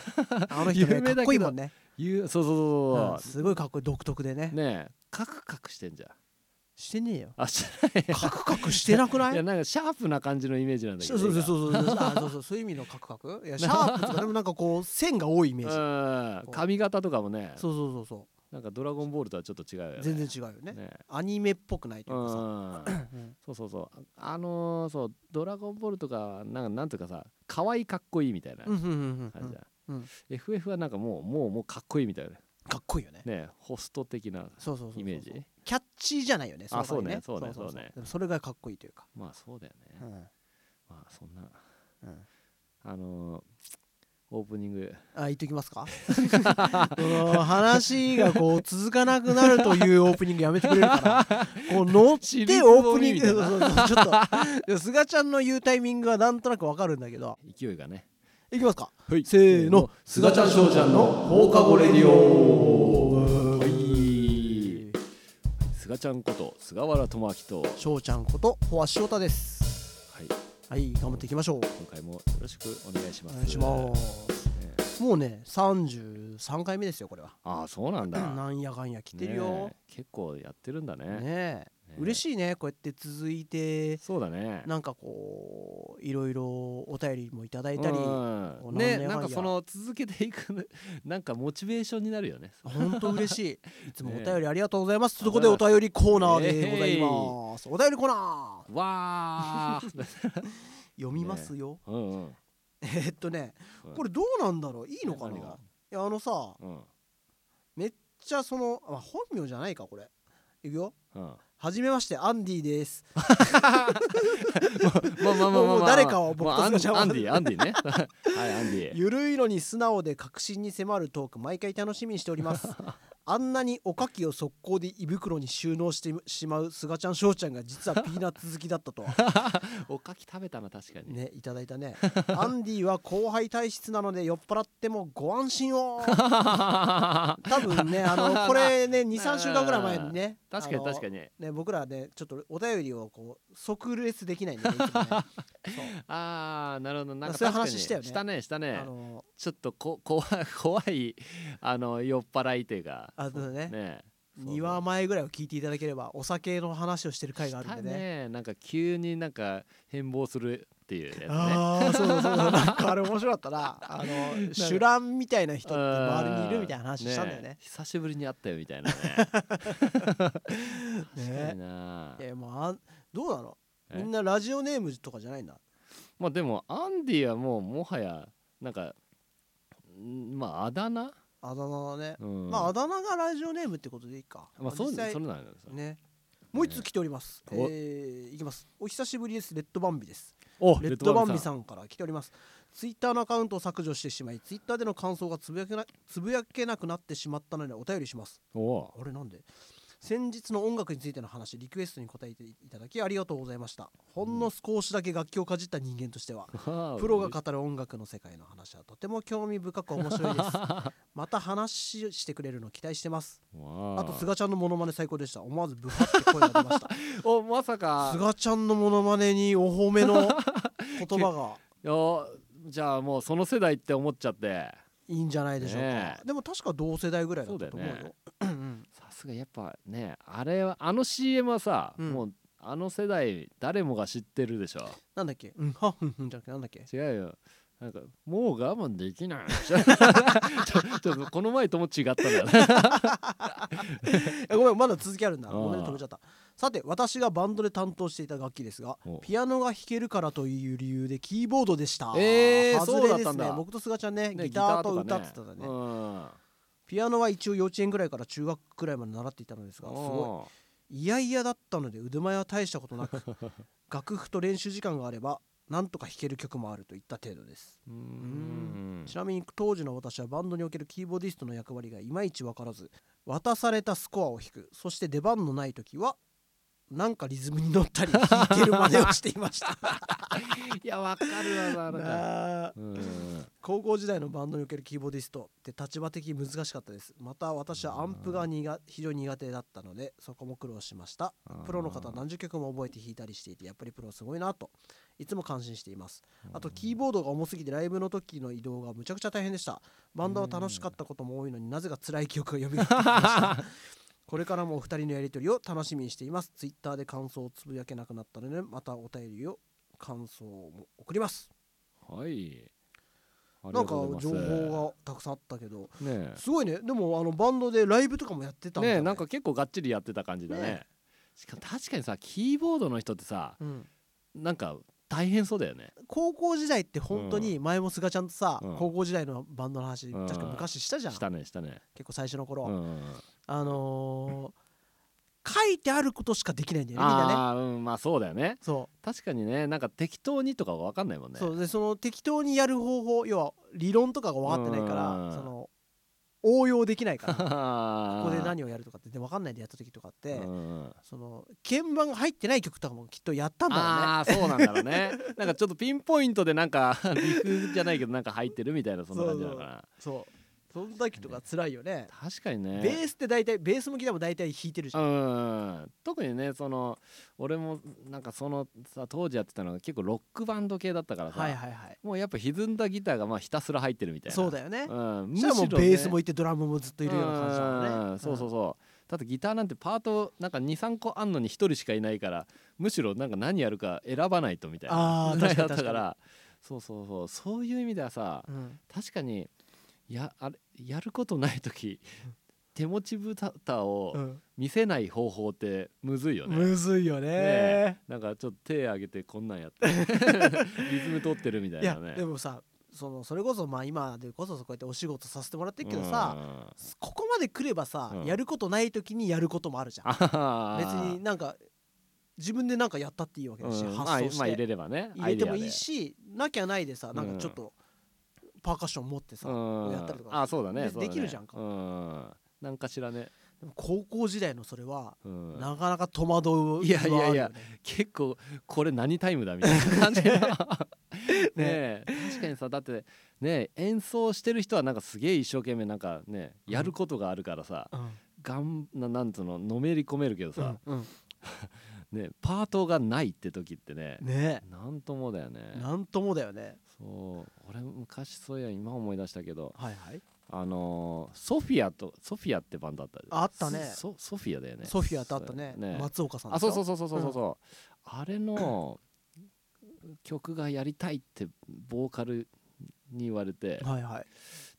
S2: あの人
S1: 有
S2: ね
S1: 名だけど
S2: かっこいいもんね、
S1: ゆうそうそう
S2: う
S1: そ
S2: ん
S1: うそ
S2: すごいかっこいい独特でね
S1: う、ねえカクカクしてんじゃん
S2: してねえよ
S1: あし
S2: カクカクしてなくないい
S1: やなんかシャープな感じのイメージなんだけ
S2: そ
S1: ど
S2: うそうそう
S1: う
S2: そうそうあそうそうそういう意味のカクカクい やシャープとかでもなんかこう線が多いイメージ
S1: ん髪型とかもね
S2: そうそうそうそ
S1: なんかドラゴンボールとはちょっと違うよね
S2: う全然違うよね
S1: ね
S2: アニメっぽくないと
S1: う
S2: いうかさ、
S1: ん
S2: うん
S1: そうそうそうああのーそうドラゴンボールとかなんかなんとかさ可愛いかっこいいみたいな
S2: うん
S1: 感
S2: うんうんう
S1: じ
S2: ん
S1: じゃん、
S2: うんうん
S1: FF はなんかもうもうもうかっこいいみたいなね
S2: かっこいいよね
S1: ねホスト的な
S2: そうそうそうそう
S1: イメージ
S2: キャッチーじゃないよね
S1: あ
S2: の代わり
S1: そうねそう
S2: そ
S1: ねそうね
S2: でもそれがかっこいいというか、
S1: まあそうだよね、
S2: うん
S1: まあそんな
S2: うん
S1: あのーオープニング
S2: あ言っとき ますかこの話がこう続かなくなるというオープニングやめてくれる からこう乗っ
S1: 尻
S2: て
S1: つ
S2: オー
S1: ぼ
S2: プニ
S1: み
S2: ン
S1: み
S2: グ
S1: たい
S2: そう
S1: な
S2: そうそうちょっとでも菅ちゃんの言うタイミングはなんとなくわかるんだけど
S1: 勢いがね
S2: いきますか
S1: はい
S2: せーの菅ちゃん翔ちゃんの放課後レディオ
S1: はい菅ちゃんこと菅原智明とは
S2: 翔ちゃんことフォアシオタです
S1: い
S2: はい頑張っていきましょう
S1: 今回もよろしくお願いしま
S2: お
S1: す
S2: 願いします
S1: ね
S2: もうね33回目ですよこれは
S1: ああそうなんだ
S2: なんやかんや来てるよ
S1: ねえ結構やってるんだね
S2: ねえ
S1: ね
S2: 嬉しいねこうやって続いて
S1: そうだね
S2: なんかこういろいろお便りもいただいたり
S1: うん
S2: なんや
S1: ね
S2: かんや
S1: なんかその続けていく ねなんかモチベーションになるよ ね
S2: 本当嬉しいいつもお
S1: ねえ
S2: 便りありがとうございますということでお便りコーナーでござい
S1: イエ
S2: ますお便りコーナー
S1: わー
S2: 読みますよ
S1: うんうん
S2: えっとね
S1: うん
S2: これどうなんだろういいのかない
S1: 何が
S2: やあのさ
S1: うん
S2: めっちゃそのあ本名じゃないかこれいくよ
S1: うん
S2: はじめましてアンディです
S1: まあまあまあまあま あ
S2: もう誰かを僕と
S1: まあア
S2: 菅
S1: ン
S2: ちゃんは
S1: アンディアン ディねはいアンディ
S2: ゆるいのに素直で確信に迫るトーク毎回楽しみにしております あんなにおかきを速攻で胃袋に収納してしまうすがちゃんしょうちゃんが実はピーナッツ好きだったとは
S1: おかき食べたな確か に
S2: ねいただいたねアンディは後輩体質なので酔っ払ってもご安心を多分ねあのこれね23週間ぐらい前にね
S1: 確かに
S2: あの
S1: 確かに
S2: ね僕らねちょっとお便りをこう即列できないんで、ね、いつもね
S1: ああなるほどなんか
S2: そういう
S1: 確かに
S2: 話したよね
S1: したねした
S2: そうあ
S1: ね
S2: の
S1: ちょっとこ怖い 怖いあの酔っ払いというか
S2: あのね
S1: ね
S2: 2話前ぐらいを聞いていただければお酒の話をしてる回があるんでね
S1: ねなんか急になんか変貌するっていうやつね
S2: ああそうそうそう そうなんかあれ面白かったなあの酒乱みたいな人って周りにいるみたいな話したんだよ
S1: う
S2: ね
S1: 久しぶりに会ったよみたい なね
S2: ね
S1: いいない
S2: やもうあんどうなの
S1: え
S2: みんなラジオネームとかじゃないんだ
S1: まあでもアンディはもうもはやなんかんまああだ名、
S2: あだ名だね、
S1: うん、
S2: まああだ名がラジオネームってことでいいか、
S1: まあそう
S2: 実
S1: それ
S2: 際
S1: なんだよ
S2: ねもう一つ来ております、
S1: お
S2: えー、いきますお久しぶりですレッドバンビです
S1: お
S2: レッドバンビさんから来ておりますツイッターのアカウントを削除してしまいツイッターでの感想がつぶやけなつぶやけなくなってしまったのでお便りします
S1: んお
S2: あれなんで先日の音楽についての話リクエストに答えていただきありがとうございましたほんの少しだけ楽器をかじった人間としては
S1: お
S2: プロが語る音楽の世界の話はとても興味深く面白い ですまた話ししてくれるの期待してます
S1: わ
S2: あと菅ちゃんのモノマネ最高でした思わずブハって声が出ました
S1: おまさか
S2: 菅ちゃんのモノマネにお褒めの言葉 が
S1: いやじゃあもうその世代って思っちゃって
S2: いいんじゃないでしょうか、
S1: ねえ
S2: でも確か同世代ぐらいだったと思うよ
S1: そうだよね
S2: うん
S1: さすがやっぱねあれはあの CM はさ、
S2: うん
S1: もうあの世代誰もが知ってるでしょ
S2: なんだっけうんはふんふんじゃなくてなんだっ け
S1: 違うよなんかもう我慢で きないちょちょっとこの前とも違ったんだ よね
S2: えごめんまだ続きあるんだ
S1: あー
S2: ごめんね止めちゃったさて私がバンドで担当していた楽器ですが
S1: お
S2: ピアノが弾けるからという理由でキーボードでした
S1: えー
S2: 外れですね
S1: そうだったんだ
S2: 僕とすがちゃんね
S1: ね
S2: ギターと歌
S1: か
S2: ってたんだね
S1: うん
S2: ピアノは一応幼稚園ぐらいから中学くらいまで習っていたのですがすごいいやいやだったので腕前は大したことなく 楽譜と練習時間があればなんとか弾ける曲もあるといった程度です
S1: う
S2: うん
S1: ん
S2: ちなみに当時の私はバンドにおけるキーボーディストの役割がいまいち分からず渡されたスコアを弾くそして出番のない時はなんかリズムに乗ったり弾いてる真似をしていました
S1: いやわかる わななんか
S2: なあ
S1: うん
S2: 高校時代のバンドにおけるキーボーディストって立場的に難しかったですまた私はアンプがにが非常に苦手だったのでそこも苦労しましたプロの方は何十曲も覚えて弾いたりしていてやっぱりプロはすごいなといつも感心していますあとキーボードが重すぎてライブの時の移動がむちゃくちゃ大変でしたバンドは楽しかったことも多いのになぜか辛い記憶が蘇ってきま したこれからもお二人のやりとりを楽しみにしていますツイッターで感想をつぶやけなくなったのでまたお便りを感想も送ります
S1: はいあ
S2: な
S1: りが
S2: んか
S1: とうござ
S2: 情
S1: います
S2: 報がたくさんあったけど
S1: ね
S2: すごいねでもあのバンドでライブとかもやってたんだ
S1: ね
S2: よ
S1: なんか結構がっちりやってた感じだね
S2: ね
S1: しかも確かにさキーボードの人ってさ
S2: うん
S1: なんか大変そうだよね
S2: 高校時代って本当に前も菅ちゃんとさ、
S1: うん
S2: 高校時代のバンドの話、
S1: うん
S2: 確か昔したじゃん
S1: したねしたね
S2: 結構最初の頃、
S1: うん
S2: あのー書いてあることしかできないんだよねみんなね
S1: ああうんまあそうだよね
S2: そ
S1: 確かにねなんか適当にとかは分かんないもん
S2: う,、
S1: ね
S2: そうでその適当にやる方法要は理論とかが分かってないか
S1: うん
S2: らその応用でき ないからここ
S1: こ
S2: で何をやるとかってで分かんないでやった時とかって、
S1: うん
S2: その鍵盤が入ってない曲とかもきっとやったんだろうね
S1: ああそうなんだろ うねなんかちょっとピンポイントでなんか リフじゃないけどなんか入ってるみたいなそんな感じなのかな
S2: そうその時とか辛いよね
S1: 確かにね
S2: ベースって大体ベースもギターも大体弾いてるじゃん
S1: うん特にねその俺もなんかそのさ当時やってたのが結構ロックバンド系だったからさ、
S2: はいはいはい
S1: もうやっぱ歪んだギターがまあひたすら入ってるみたいな
S2: そうだよね
S1: うん、
S2: そしたらもうベ
S1: むしろね
S2: ースもいてドラムもずっといるような感じだもんね
S1: うんそうそう
S2: う
S1: そうだってギターなんてパートなんか23個あんのに1人しかいないからむしろなんか何やるか選ばないとみたいな
S2: あー
S1: ぐらい
S2: 確
S1: だっ
S2: か
S1: た
S2: に
S1: からそうそうそうそういう意味ではさ
S2: んうん
S1: 確かにやあれやることない時手持ち豚
S2: う
S1: を
S2: ん
S1: 見せない方法ってむずいよね。
S2: むずいよ
S1: ね
S2: ね
S1: なんかちょっと手上げてこんなんやって リズム取ってるみたい
S2: い
S1: な
S2: や
S1: ね。
S2: でもさそのそれこそまあ今でこそこうやってお仕事させてもらってるけど
S1: う
S2: さ
S1: ん
S2: ここまで来ればさ
S1: うん
S2: やることない時にやることもあるじゃん
S1: あはは
S2: 別になんか自分でなんかやったっていいわけだし
S1: うんまあ
S2: 発想し
S1: まあ入
S2: て
S1: れればね
S2: 入れてもいい
S1: し
S2: しなきゃないでさなんかちょっとパーカッション持ってさやったりとか
S1: あそうだね
S2: で
S1: そうだね
S2: できるじゃんか
S1: うんなんかしらね、
S2: でも高校時代のそれは
S1: うん
S2: なかなか戸惑う
S1: いやいやい
S2: 不
S1: や
S2: 安あるよね
S1: 結構これ何タイムだみたいな感じ のねえ確かにさだってね演奏してる人はなんかすげえ一生懸命なんかね
S2: うん
S1: やることがあるからさ、
S2: うん
S1: がんななんつうののめり込めるけどさ、
S2: うん
S1: ねパートがないって時ってね
S2: ね
S1: なんともだよね
S2: えなんともだよね
S1: そう俺昔そういや今思い出したけど
S2: はいはい
S1: あのーソフィアとソフィアってバンドあったじゃん
S2: あったね
S1: ソソフィアだよね
S2: ソフィアとあったね松岡さん
S1: あそうそう
S2: そ
S1: そうそうそうそうそうあれの曲がやりたいってボーカルに言われて
S2: はいはい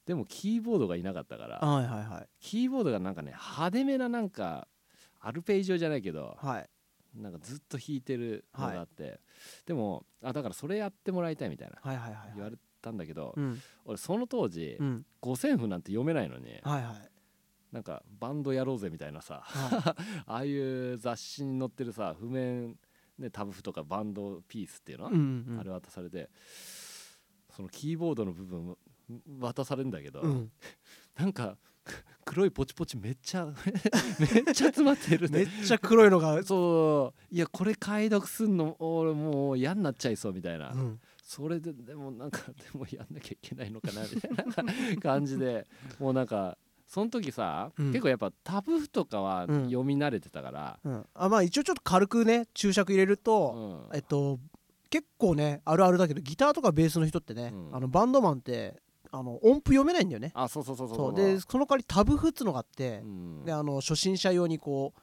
S1: でもキーボードがいなかったから
S2: はいはいはい
S1: キーボードがなんかね派手めななんかアルペイジオじゃないけど
S2: はい
S1: なんかずっと弾いてるのがあってでもあだからそれやってもらいたいみたいな
S2: はいはいはい
S1: 言われたんだけど
S2: うん
S1: 俺その当時
S2: うん
S1: 五線譜なんて読めないのに
S2: はいはい
S1: なんかバンドやろうぜみたいなさ
S2: は
S1: ああいう雑誌に載ってるさ譜面、ね、タブ譜とかバンドピースっていうの、
S2: いうんうん
S1: あれ渡されてそのキーボードの部分渡されるんだけど、
S2: うん
S1: なんか 黒いポチポチめっちゃ めっちゃ詰まってる
S2: め
S1: ね
S2: っちゃ黒いのがう
S1: そういやこれ解読すんの俺もう嫌になっちゃいそうみたいな、
S2: ん
S1: それででもなんかでもやんなきゃいけないのかなみたいな感じでもうなんかその時さ、
S2: うん
S1: 結構やっぱタブ譜とか
S2: う
S1: は
S2: ん
S1: 読み慣れてたから、
S2: うんあまあ一応ちょっと軽くね注釈入れると
S1: うん
S2: えっと結構ねあるあるだけどギターとかベースの人ってね、
S1: うん
S2: あのバンドマンってあの音符読めないんだよね
S1: あそうそうそうそう
S2: そうでその代わりタブ譜っつのがあって
S1: う、ん
S2: であの初心者用にこう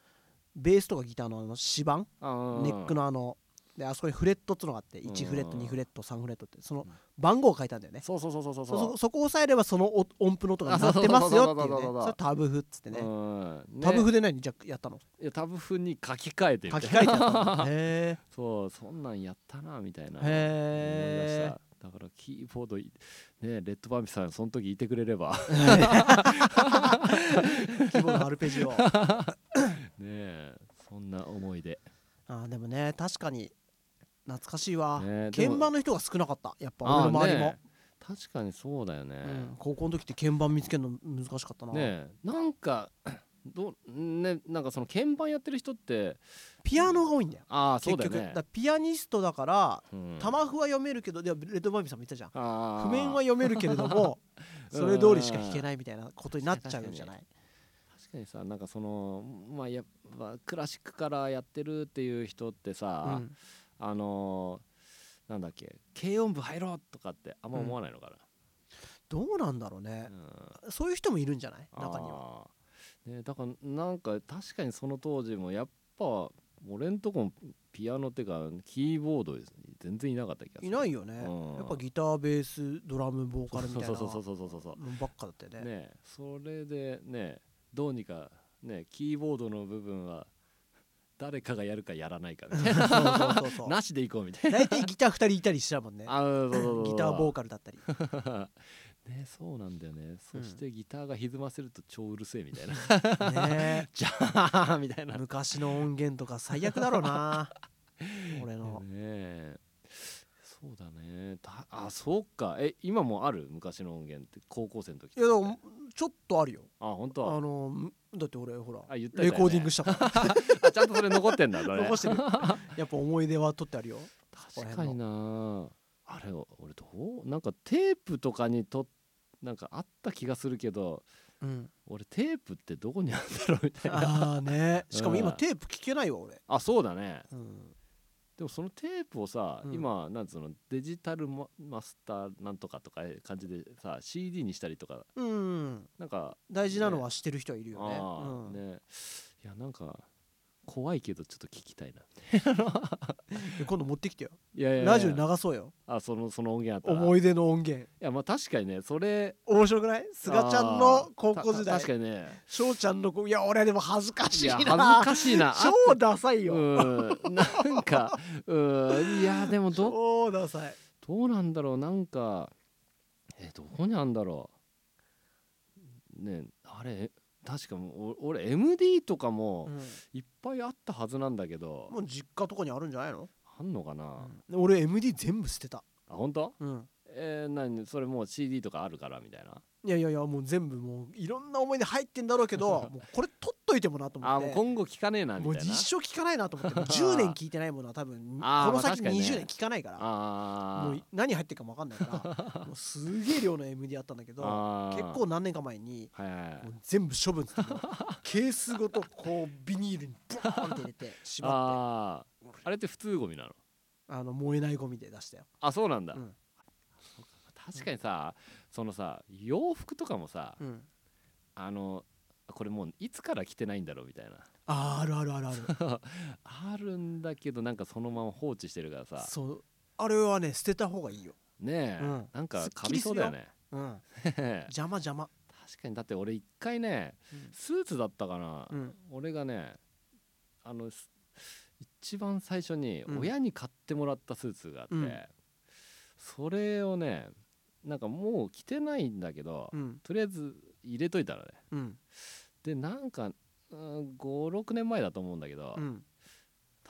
S2: ベースとかギターのあの指板、
S1: あうん
S2: ネックのあのであそこにフレットっつのがあって
S1: うん
S2: 1フレット2フレット3フレットってその
S1: うん
S2: 番号を書いたんだよね、
S1: そうそうそうそうそう
S2: そそそこを押さえればその音音符の音が鳴ってますよっていう
S1: あそうそうそうそ
S2: ね
S1: うそうそう
S2: それタブ譜っつってね
S1: うんね
S2: タブ譜で何じゃあやったの
S1: いやタブ譜に書き換えてみた
S2: 書
S1: い
S2: き
S1: な
S2: 換えてやった のへ
S1: そうそんなんやったなみたいな
S2: えへ
S1: 思い
S2: え
S1: 出しただからキーボードいねレッドバンピさんその時いてくれれば
S2: 規模のアルペジ オ
S1: ねえそんな思い出
S2: あーでもね確かに懐かしいわ、
S1: ねで
S2: 鍵
S1: も
S2: 盤の人が少なかったやっぱ
S1: あ
S2: 俺の周
S1: ね
S2: りも、
S1: 確かにそうだよね
S2: うん高校の時って鍵盤見つけるの難しかったな、
S1: ねえなんかどうねなんかその鍵盤やってる人って
S2: ピアノが多いんだよ
S1: ああそ
S2: 結
S1: うだ
S2: 局、
S1: よね
S2: だからピアニストだから
S1: うん
S2: 玉譜は読めるけどでもレッドバービーさんも言ったじゃん
S1: ああ
S2: 譜面は読めるけれど も
S1: うん
S2: それ通りしか弾けないみたいなことになっちゃうんじゃない
S1: 確かにさなんかそのまあやっぱクラシックからやってるっていう人って
S2: う
S1: さ、
S2: ん
S1: あのーなんだっけ軽音部入ろうとかってあんま思わないのか
S2: どうなんだろうね
S1: な、うん
S2: そういう人もいるんじゃない中には
S1: は、ね、だからなんか確かにその当時もやっぱ俺んとこもピアノっていうかキーボードです全然いなかった気がする
S2: いないよね
S1: うん
S2: やっぱギターベースドラムボーカルみたいな
S1: そうそう
S2: の
S1: そうそうそうそう
S2: ばっかだったよね
S1: ねそれでねどうにかねキーボードの部分は誰かがやるかやらないかみたいな
S2: そうそうそう そう
S1: なしでいこうみたいな
S2: 大体ギター2人いたりしたもんね
S1: あそうそうそうそう
S2: ギターボーカルだったり
S1: ルねそうなんだよねそしてギターが歪ませると超うるせえみたい な
S2: ね
S1: じゃあみたい
S2: え
S1: なね
S2: 昔の音源とか最悪だろう な俺の
S1: えそうだねたあそうかえ今もある昔の音源って高校生の時
S2: いやでもちょっとあるよ
S1: あ本
S2: あ
S1: 当
S2: のむだって俺ほら
S1: あ言ってたよ
S2: レ
S1: ね
S2: コーディングした から
S1: あちゃんとそれ残ってんだそ れ
S2: 残して るやっぱ思い出は取ってあるよ
S1: 確かになあれ俺どうなんかテープとかにとなんかあった気がするけど
S2: うん
S1: 俺テープってどこにあるんだろうみたい な
S2: ああねしかも今
S1: うん
S2: テープ聞けないわ俺
S1: あそうだね
S2: うん
S1: でもそのテープをさ、
S2: うん
S1: 今なんつうのデジタルママスターなんとかとかいう感じでさ CD にしたりとか
S2: うん
S1: なんか
S2: 大事なのは知ってる人はいるよね
S1: あー
S2: うん
S1: ねいやなんか怖いけどちょっと聞きたいな
S2: え今度持ってきてよ
S1: いやいやいや
S2: ラジオに流そうよ
S1: あそのその音源あったら
S2: 思い出の音源
S1: いやまあ確かにねそれ
S2: 面白くない菅ちゃんの高校時
S1: あーた
S2: 代
S1: 確かにね
S2: 翔ちゃんの高いや俺でも恥ずか
S1: い
S2: しい
S1: や
S2: な
S1: 恥ずかしいなあ
S2: 超ダサいよ、
S1: うんなんかうんいやでもど
S2: 超ダサい
S1: どうなんだろうなんかえどこにあんだろうねあれ確かもうお俺 MD とかも
S2: も
S1: いっぱいあったはずなんだけど、
S2: う実家とかにあるんじゃないの、
S1: あんのかな、
S2: 俺 MD 全部捨てた、
S1: あ本当
S2: うん、
S1: えー、何それもう CD とかあるからみたいない
S2: やいやいやもう全部もういろんな思い出入ってんだろう けどもうこれ取っといてもなと思
S1: あ
S2: っ
S1: ーもう
S2: て
S1: 今後聞かねえな
S2: も
S1: み
S2: う
S1: たいな
S2: 実証聞かないなと思ってもう10年聞いてないものは多分こ
S1: あー
S2: の
S1: まあ
S2: 先
S1: 確かにね
S2: 20年聞かないから
S1: あ
S2: もう何入ってるかも分かんないからもうすげえ量の MD あったんだけ
S1: ー
S2: ど
S1: あー
S2: 結構何年か前に
S1: はいはいはい
S2: もう全部処分してケースごとこうビニールにブーンって入れて縛って
S1: あーあれって普通ゴミなの
S2: あの燃えないゴミで出したよ。
S1: あそうなんだ、
S2: うん
S1: 確かにさ、そのさ洋服とかもさ、
S2: うん、
S1: あのこれもういつから着てないんだろうみたいな
S2: あーあるあるあ るある。
S1: あるんだけどなんかそのまま放置してるからさ
S2: そうあれはね捨てた方がいいよ。
S1: ねえ、
S2: うん
S1: なんか
S2: すっ
S1: か
S2: きり
S1: み
S2: す
S1: そ
S2: る
S1: うだよね
S2: うん、
S1: 確
S2: 邪魔邪魔。
S1: かにだって俺一回ねスーツだったかな、
S2: うん
S1: 俺がねあのす一番最初に
S2: うん
S1: 親に買ってもらったスーツがあって、
S2: うん
S1: それをねなんかもう着てないんだけど、
S2: うん
S1: とりあえず入れといたらね
S2: うん
S1: でなんか、うん、56年前だと思うんだけど、
S2: うん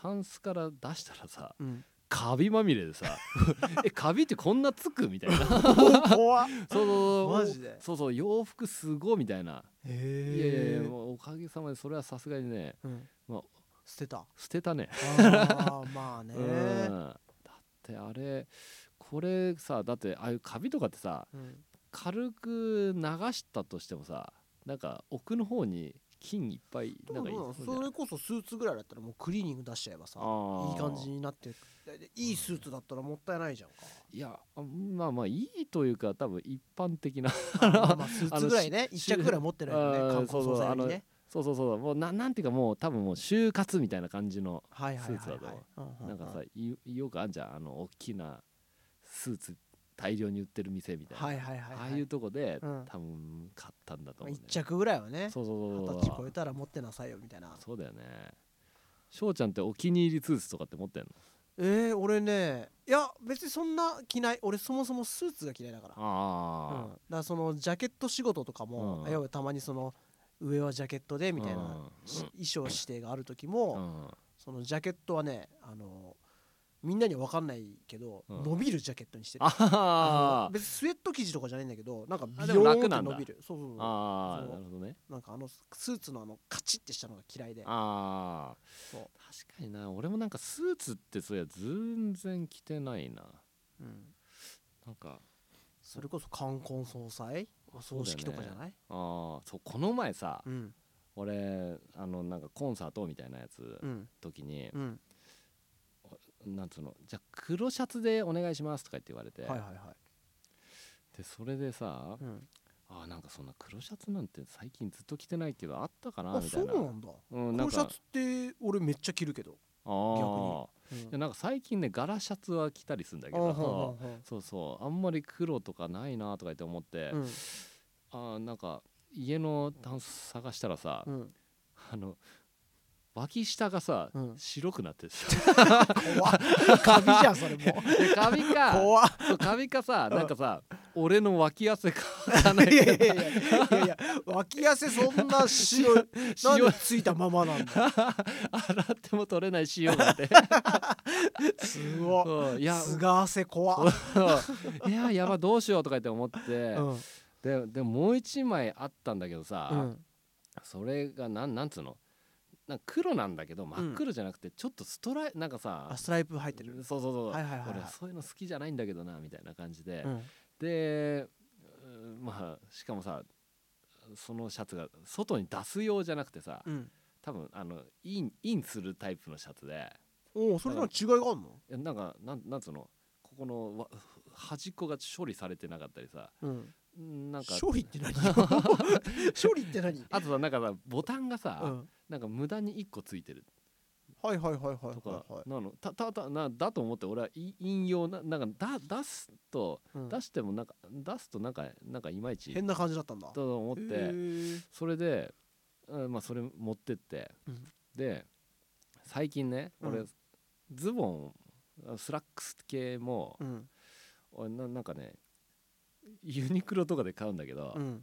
S1: タンスから出したらさ
S2: うん。
S1: カビまみれでさ えカビってこんなつくみたいなそう
S2: 怖っ。
S1: そうそう
S2: マジで
S1: そうそう洋服すごいみたいな、いやいやいや
S2: へえ。
S1: もうおかげさまでそれはさすがにね
S2: うん
S1: まあ
S2: 捨てた。あ
S1: 捨てたね
S2: ー まあね
S1: う。んだってあれこれさだってああいうカビとかってさ
S2: うん
S1: 軽く流したとしてもさなんか奥の方に菌いっぱい
S2: で
S1: な
S2: も
S1: んかい
S2: どうなのそれこそスーツぐらいだったらもうクリーニング出しちゃえばさ
S1: あー
S2: いい感じになってでいいスーツだったらもったいないじゃん か
S1: いやあまあまあいいというか多分一般的な
S2: あーまあまあスーツぐらいね
S1: あのし
S2: 一着ぐらい持ってないよね
S1: あー
S2: 観光総裁にね
S1: そうそうそうもうななんていうかもう多分もう就活みたいな感じの
S2: はいはいはい
S1: スーツだ
S2: はい
S1: と
S2: うんうん
S1: なんかさいよくあんじゃんあの大きなスーツ大量に売ってる店みたいな、
S2: はいはいはいはい
S1: ああいうとこで、
S2: うん
S1: 多分買ったんだと
S2: まあ
S1: 思う、ね
S2: 一、着ぐらいはね
S1: そうそう
S2: 二
S1: そう
S2: 十
S1: そ
S2: 歳超
S1: う
S2: えたら持ってなさいよみたいな
S1: そうだよね翔ちゃんってお気に入りスーツとかって持ってんの
S2: えー、俺ねいや別にそんな着ない俺そもそもスーツが嫌いだから,、うん、だ
S1: あ
S2: からそのジャケット仕事とかも、
S1: うん
S2: 要はたまにその上はジャケットで
S1: あ
S2: みたいな、し衣装指定がある時も、
S1: うん
S2: そのジャケットはねあのみんなには分かんないけど、
S1: うん
S2: 伸びるジャケットにしてる
S1: ああ
S2: の別にスウェット生地とかじゃないんだけどなんか
S1: あ
S2: ビ
S1: で
S2: ヨ
S1: も
S2: ーン
S1: 楽
S2: っ
S1: な
S2: て
S1: んだ
S2: 伸びるそうそうそう
S1: あ
S2: そ
S1: あ
S2: う
S1: なるほどね
S2: なんかあのスーツのあのカチッてしたのが嫌いで
S1: ああ
S2: そう、
S1: 確かにな俺もなんかスーツってそりゃ全然着てないな
S2: うん、
S1: なんか
S2: それこそ冠婚葬祭お
S1: そ
S2: 葬
S1: うだよね
S2: 式とかじゃない
S1: ああそうこの前さ、
S2: うん
S1: 俺あのなんかコンサートみたいなやつ、
S2: うん
S1: 時に、
S2: うん
S1: なんつうのじゃあ黒シャツでお願いしますとか言って言われて、
S2: はいはいはい
S1: でそれでさ、
S2: うん
S1: あーなんかそんな黒シャツなんて最近ずっと着てないけどあったかな
S2: あ
S1: みた
S2: そ
S1: いうな
S2: なんだこ
S1: うん、な
S2: の
S1: んか
S2: シャツって俺めっちゃ着るけど
S1: あー
S2: 逆に
S1: いやなんか最近ね柄シャツは着たりするんだけ
S2: あはんは
S1: ど
S2: んはん
S1: そうそうあんまり黒とかないなとか言って思って、
S2: うん
S1: あーなんか家のタンス探したらさ、
S2: うん
S1: あの脇下がさ、
S2: うん
S1: 白くなってさ
S2: 怖っカビじゃんそれもう
S1: で髪か
S2: 怖っ
S1: そう髪かさなんかさ俺の脇汗かかない
S2: いやい
S1: け
S2: やい
S1: ど
S2: やいやいや脇汗そんな白いなん
S1: 塩
S2: でついたままなんだ
S1: 洗っても取れない塩がね
S2: すご
S1: そうい
S2: い
S1: や
S2: すが汗怖っ、
S1: そういややばどうしようとか言って思って、
S2: うん
S1: ででももう一枚あったんだけどさ、
S2: うん
S1: それがなんなんつうのなんか黒なんだけど真っ黒じゃなくてちょっとストライなんかさ、
S2: あストライプ入ってる、
S1: そうそうそう、
S2: はいはいはいはい
S1: 俺そういうの好きじゃないんだけどなみたいな感じで、
S2: うん
S1: でうんまあしかもさそのシャツが外に出す用じゃなくてさ、
S2: うん、
S1: 多分あのインインするタイプのシャツで
S2: おおそれなら違いがあるの
S1: いやなんかなんなんつうのここのわ端っこが処理されてなかったりさ
S2: うん、
S1: なんか
S2: 処理って 何処理って何、
S1: あとさなんかさボタンがさ、
S2: うん、
S1: なんか無駄に1個ついてる
S2: はいはいはいはい
S1: とか、
S2: はい、はい
S1: なのたたたなだと思って俺はい引用ななんかだ出すと、
S2: うん
S1: 出してもなんか出すとなんかなんかいまいち
S2: 変な感じだったんだ
S1: と思っ
S2: へ
S1: て
S2: ー
S1: それで、うんまあ、それ持ってって、
S2: うん
S1: で最近ね俺、
S2: うん
S1: ズボンあスラックス系も、
S2: うん
S1: 俺ななんかねユニクロとかで買うんだけど、
S2: うん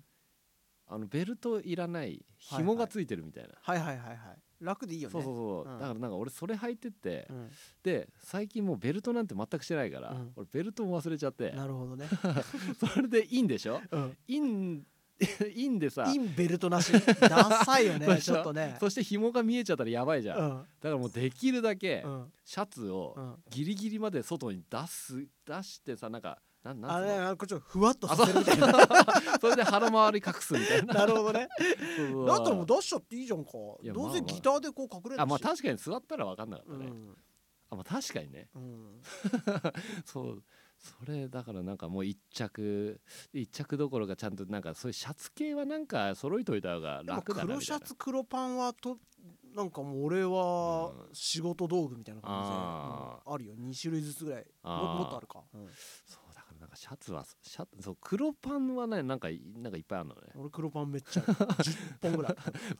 S1: あのベルトいらない
S2: はい
S1: 紐がついてるみたいな、
S2: はいはいはいはい楽でいいよね
S1: そうそう
S2: う
S1: そう、
S2: ん
S1: だからなんか俺それ履いてって、
S2: うん
S1: で最近もうベルトなんて全くしてないから、
S2: うん
S1: 俺ベルトも忘れちゃって
S2: なるほどね、
S1: それでいいんでしょ
S2: うん、
S1: インインでさ
S2: インベルトなしダサい よ
S1: そう
S2: ね
S1: でし
S2: ち
S1: ょ
S2: ょっとね
S1: そして紐が見えちゃったらやばいじゃん、
S2: う
S1: だ
S2: ん
S1: からもうできるだけ
S2: うん
S1: シャツを
S2: うん
S1: ギリギリまで外に出す出してさなんかなんな
S2: あ
S1: んつ
S2: れ
S1: うの
S2: あこっちをふわっとさせるみたいな
S1: それで腹回り隠すみた いな
S2: なるほどね
S1: そう そう
S2: だったらもう出しちゃっていいじゃんか
S1: いや
S2: どうせ
S1: まあまあ
S2: ギターでこう隠れるし
S1: あまあ確かに座ったら分かんなかった
S2: う
S1: ね、
S2: ん
S1: あまあ確かにね
S2: うん
S1: そうそれだからなんかもう一着一着どころかちゃんとなんかそういうシャツ系はなんか揃いといた方が
S2: でも
S1: 楽だな
S2: 黒
S1: み
S2: シ
S1: たい
S2: ャ
S1: な
S2: ツ黒パンはとなんかもう俺は
S1: う
S2: 仕事道具みたいな感じで、うん
S1: あ
S2: あるよ2種類ずつぐらいも
S1: あー
S2: もっとあるか、うん
S1: そうだからなんかシャツはシャツそう黒パンはねなんかいなんかいっぱいある のね
S2: 俺黒パンめっちゃある10本 ぐらい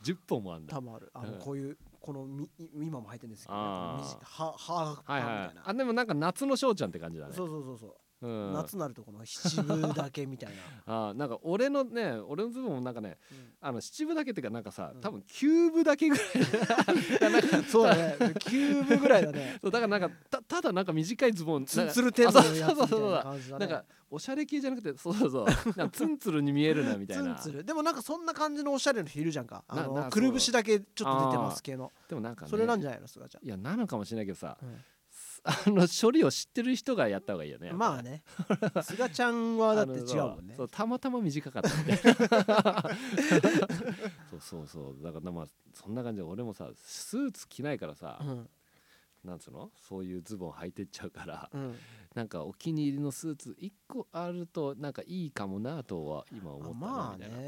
S1: 10本もあるんだ
S2: 多分あるあの
S1: うん
S2: こういうこのみ今も履いてるんですけどね
S1: あー
S2: みじはハーフパ
S1: は
S2: ン
S1: い
S2: みたい
S1: はい
S2: な、
S1: あでもなんか夏の翔ちゃんって感じだね、
S2: そうそうそうそうう、
S1: ん、
S2: 夏なるとこの七分だけみたいな、
S1: あなんか俺のね俺のズボンもなんかね
S2: うん
S1: あの七分だけっていうかなんかさ、
S2: うん
S1: 多分九分だけぐらい
S2: そうだね9分ぐらいだね
S1: そうだからなんかたただなんか短いズボンな
S2: つ
S1: んか
S2: つるてんのやつみたいな感じだ
S1: な
S2: ね
S1: んかおしゃれ系じゃなくてそうそう そうなんかツンツルに見えるなみたい
S2: ツン
S1: な
S2: ツルでもなんかそんな感じのおしゃれの人いるじゃんかあ
S1: なな
S2: の
S1: そう
S2: くるぶしだけちょっと出てます系の
S1: でもなんか、ね、
S2: それなんじゃないのすがちゃん
S1: いやなのかもしれないけどさ、
S2: うん
S1: すあの処理を知ってる人がやった方がいいよねやっぱ
S2: まあ ねすがちゃんはだって違うもんね
S1: あのそうたまたま短かったみ たいなそうそうそうだからまあそんな感じで俺もさスーツ着ないからさ、
S2: うん
S1: なんつうのそういうズボン履いてっちゃうから
S2: うん
S1: なんかお気に入りのスーツ1個あるとなんかいいかもなとは今思
S2: あ
S1: った
S2: まあ
S1: みたいな
S2: ね